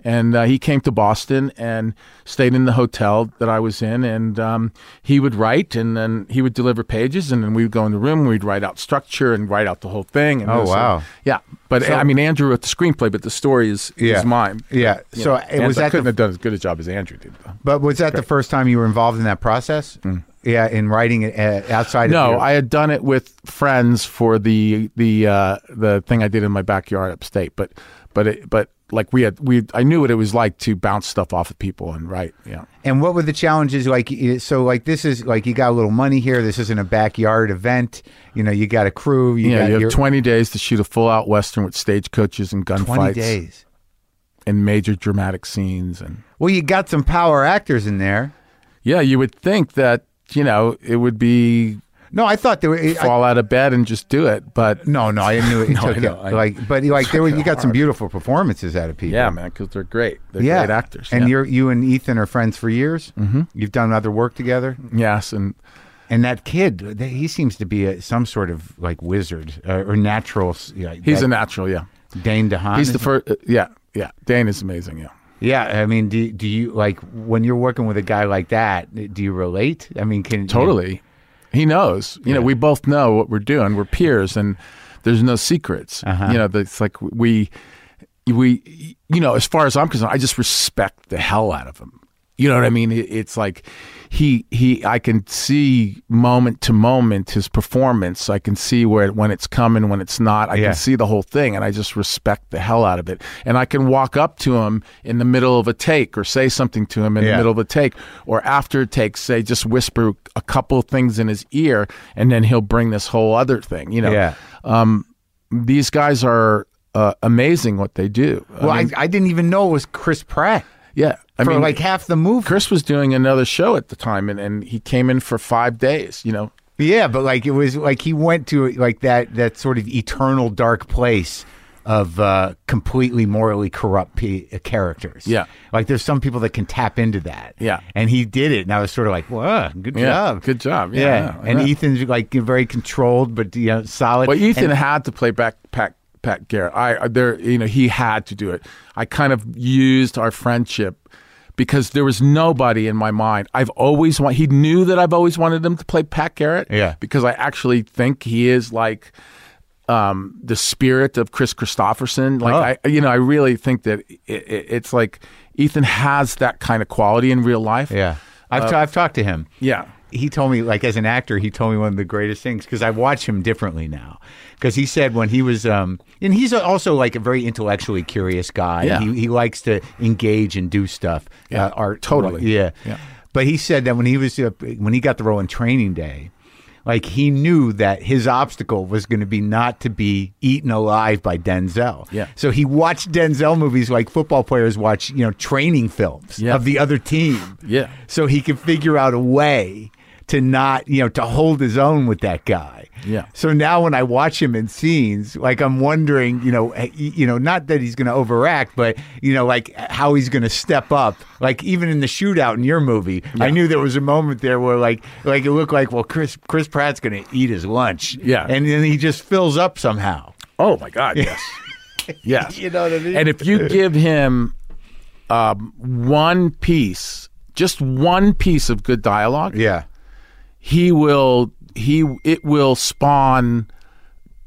[SPEAKER 2] and uh, he came to Boston and stayed in the hotel that I was in. And um, he would write, and then he would deliver pages, and then we would go in the room. and We'd write out structure and write out the whole thing. And
[SPEAKER 1] Oh,
[SPEAKER 2] it was like-
[SPEAKER 1] wow.
[SPEAKER 2] yeah. But I mean, Andrew wrote the screenplay, but the story is
[SPEAKER 1] yeah.
[SPEAKER 2] is mine.
[SPEAKER 1] Yeah.
[SPEAKER 2] You
[SPEAKER 1] So
[SPEAKER 2] know,
[SPEAKER 1] it was
[SPEAKER 2] and I
[SPEAKER 1] that.
[SPEAKER 2] couldn't
[SPEAKER 1] The,
[SPEAKER 2] have done as good a job as Andrew did. Though.
[SPEAKER 1] but was that the first time you were involved in that process? Yeah, in writing it uh, outside. of
[SPEAKER 2] Mm. No,
[SPEAKER 1] your-
[SPEAKER 2] I had done it with friends for the the uh, the thing I did in my backyard upstate, but but it, but like we had we I knew what it was like to bounce stuff off of people and write. Yeah,
[SPEAKER 1] And what were the challenges like? y- So like this is like you got a little money here. This isn't a backyard event. You know, you got a crew. You
[SPEAKER 2] yeah.
[SPEAKER 1] got
[SPEAKER 2] you have
[SPEAKER 1] your,
[SPEAKER 2] twenty days to shoot a full out western with stagecoaches and
[SPEAKER 1] 20
[SPEAKER 2] gunfights
[SPEAKER 1] days.
[SPEAKER 2] and major dramatic scenes and
[SPEAKER 1] Well, you got some power actors in there.
[SPEAKER 2] yeah, you would think that you know it would be
[SPEAKER 1] No, I thought there were. I-
[SPEAKER 2] fall out of bed and just do it, but
[SPEAKER 1] No, no, I knew it.
[SPEAKER 2] No,
[SPEAKER 1] took
[SPEAKER 2] I know.
[SPEAKER 1] it.
[SPEAKER 2] I-
[SPEAKER 1] like, but like there, were, you got some beautiful performances out of people.
[SPEAKER 2] yeah, man, because they're great. They're
[SPEAKER 1] yeah,
[SPEAKER 2] great actors.
[SPEAKER 1] And
[SPEAKER 2] yeah.
[SPEAKER 1] you're you and Ethan are friends for years. Mm-hmm. You've done other work together,
[SPEAKER 2] yes, and
[SPEAKER 1] and that kid, th- he seems to be a, some sort of like wizard uh, or natural. s- Yeah,
[SPEAKER 2] he's a
[SPEAKER 1] that
[SPEAKER 2] natural. Yeah,
[SPEAKER 1] Dane DeHaan.
[SPEAKER 2] he's the
[SPEAKER 1] is-
[SPEAKER 2] first. yeah, yeah. Dane is amazing. Yeah.
[SPEAKER 1] Yeah, I mean, do do you like when you're working with a guy like that? Do you relate? I mean, can
[SPEAKER 2] Totally. He knows. You know, we both know what we're doing. We're peers, and there's no secrets.
[SPEAKER 3] Uh-huh.
[SPEAKER 2] You know, it's like we, we, you know, as far as I'm concerned, I just respect the hell out of him. You know what I mean? It, it's like he he. I can see moment to moment his performance. I can see where when it's coming, when it's not. I
[SPEAKER 3] Yeah.
[SPEAKER 2] can see the whole thing, and I just respect the hell out of it. And I can walk up to him in the middle of a take or say something to him in
[SPEAKER 3] Yeah.
[SPEAKER 2] the middle of a take, or after a take, say just whisper a couple of things in his ear, and then he'll bring this whole other thing. You know,
[SPEAKER 3] Yeah.
[SPEAKER 2] these guys are uh, amazing what they do. I
[SPEAKER 1] Well, I,
[SPEAKER 2] mean,
[SPEAKER 1] I, didn't even know it was Chris Pratt
[SPEAKER 2] yeah, I
[SPEAKER 1] for
[SPEAKER 2] mean,
[SPEAKER 1] like half the movie.
[SPEAKER 2] Chris was doing another show at the time, and, and he came in for five days. You know,
[SPEAKER 1] Yeah, but like it was like he went to like that that sort of eternal dark place of uh completely morally corrupt pe- uh, characters.
[SPEAKER 2] Yeah.
[SPEAKER 1] like there's some people that can tap into that.
[SPEAKER 2] Yeah.
[SPEAKER 1] and he did it, and I was sort of like, "Wow, good
[SPEAKER 2] yeah,
[SPEAKER 1] job,
[SPEAKER 2] good job. Yeah,
[SPEAKER 1] yeah."
[SPEAKER 2] I
[SPEAKER 1] and
[SPEAKER 2] know.
[SPEAKER 1] Ethan's like very controlled, but you know, solid.
[SPEAKER 2] Well, Ethan
[SPEAKER 1] And-
[SPEAKER 2] had to play back Pat Pat Garrett. I I- there, you know, he had to do it. I kind of used our friendship because there was nobody in my mind. I've always want. He knew that I've always wanted him to play Pat Garrett.
[SPEAKER 1] Yeah.
[SPEAKER 2] because I actually think he is like um, the spirit of Chris Christopherson. Like
[SPEAKER 1] Oh.
[SPEAKER 2] I, you know, I really think that it, it, it's like Ethan has that kind of quality in real life.
[SPEAKER 1] yeah,
[SPEAKER 2] Uh,
[SPEAKER 1] I've ta- I've talked to him.
[SPEAKER 2] yeah.
[SPEAKER 1] he told me like as an actor he told me one of the greatest things because i watch him differently now because he said when he was um and he's also like a very intellectually curious guy
[SPEAKER 2] Yeah.
[SPEAKER 1] he, he likes to engage and do stuff
[SPEAKER 2] Yeah,
[SPEAKER 1] uh, art
[SPEAKER 2] totally.
[SPEAKER 1] yeah.
[SPEAKER 2] Yeah.
[SPEAKER 1] but he said that when he was uh, when he got the role in training day like he knew that his obstacle was going to be not to be eaten alive by Denzel.
[SPEAKER 2] Yeah.
[SPEAKER 1] So he watched Denzel movies like football players watch, you know, training films
[SPEAKER 2] Yeah.
[SPEAKER 1] of the other team
[SPEAKER 2] Yeah.
[SPEAKER 1] so he can figure out a way to not, you know, to hold his own with that guy.
[SPEAKER 2] Yeah.
[SPEAKER 1] So now when I watch him in scenes, like I'm wondering, you know, eh, you know, not that he's going to overact, but you know, like how he's going to step up. Like even in the shootout in your movie, I knew there was a moment there where like like it looked like, well, Chris Chris Pratt's going to eat his lunch.
[SPEAKER 2] Yeah.
[SPEAKER 1] And then he just fills up somehow.
[SPEAKER 2] Oh my God! Yes. yes.
[SPEAKER 1] You know what I mean?
[SPEAKER 2] And if you give him um, one piece, just one piece of good dialogue,
[SPEAKER 1] yeah.
[SPEAKER 2] he will he it will spawn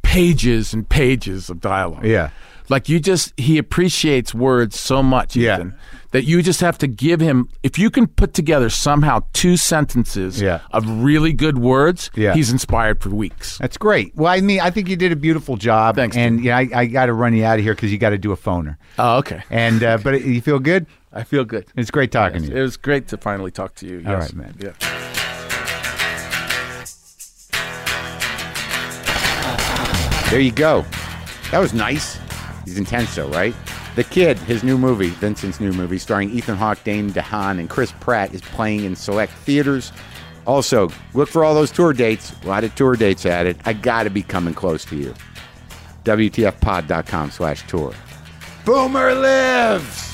[SPEAKER 2] pages and pages of dialogue.
[SPEAKER 1] Yeah.
[SPEAKER 2] Like you just he appreciates words so much,
[SPEAKER 1] Yeah.
[SPEAKER 2] Ethan, that you just have to give him if you can put together somehow two sentences
[SPEAKER 1] Yeah.
[SPEAKER 2] of really good words,
[SPEAKER 1] Yeah.
[SPEAKER 2] he's inspired for weeks.
[SPEAKER 1] That's great. Well, I mean, I think you did a beautiful job.
[SPEAKER 2] Thanks,
[SPEAKER 1] And yeah, I, I got to run you out of here because you got to do a phoner.
[SPEAKER 2] Oh, okay.
[SPEAKER 1] And uh, but you feel good.
[SPEAKER 2] I feel good.
[SPEAKER 1] It's great talking to
[SPEAKER 2] It
[SPEAKER 1] you.
[SPEAKER 2] was great to finally talk to you. Yes.
[SPEAKER 1] All right, man.
[SPEAKER 2] Yeah.
[SPEAKER 3] There you go. That was nice. He's intense, though, right? The Kid, his new movie, Vincent's new movie, starring Ethan Hawke, Dane DeHaan, and Chris Pratt, is playing in select theaters. Also, look for all those tour dates. A lot of tour dates added. I got to be coming close to you. WTFpod.com slash tour. Boomer lives!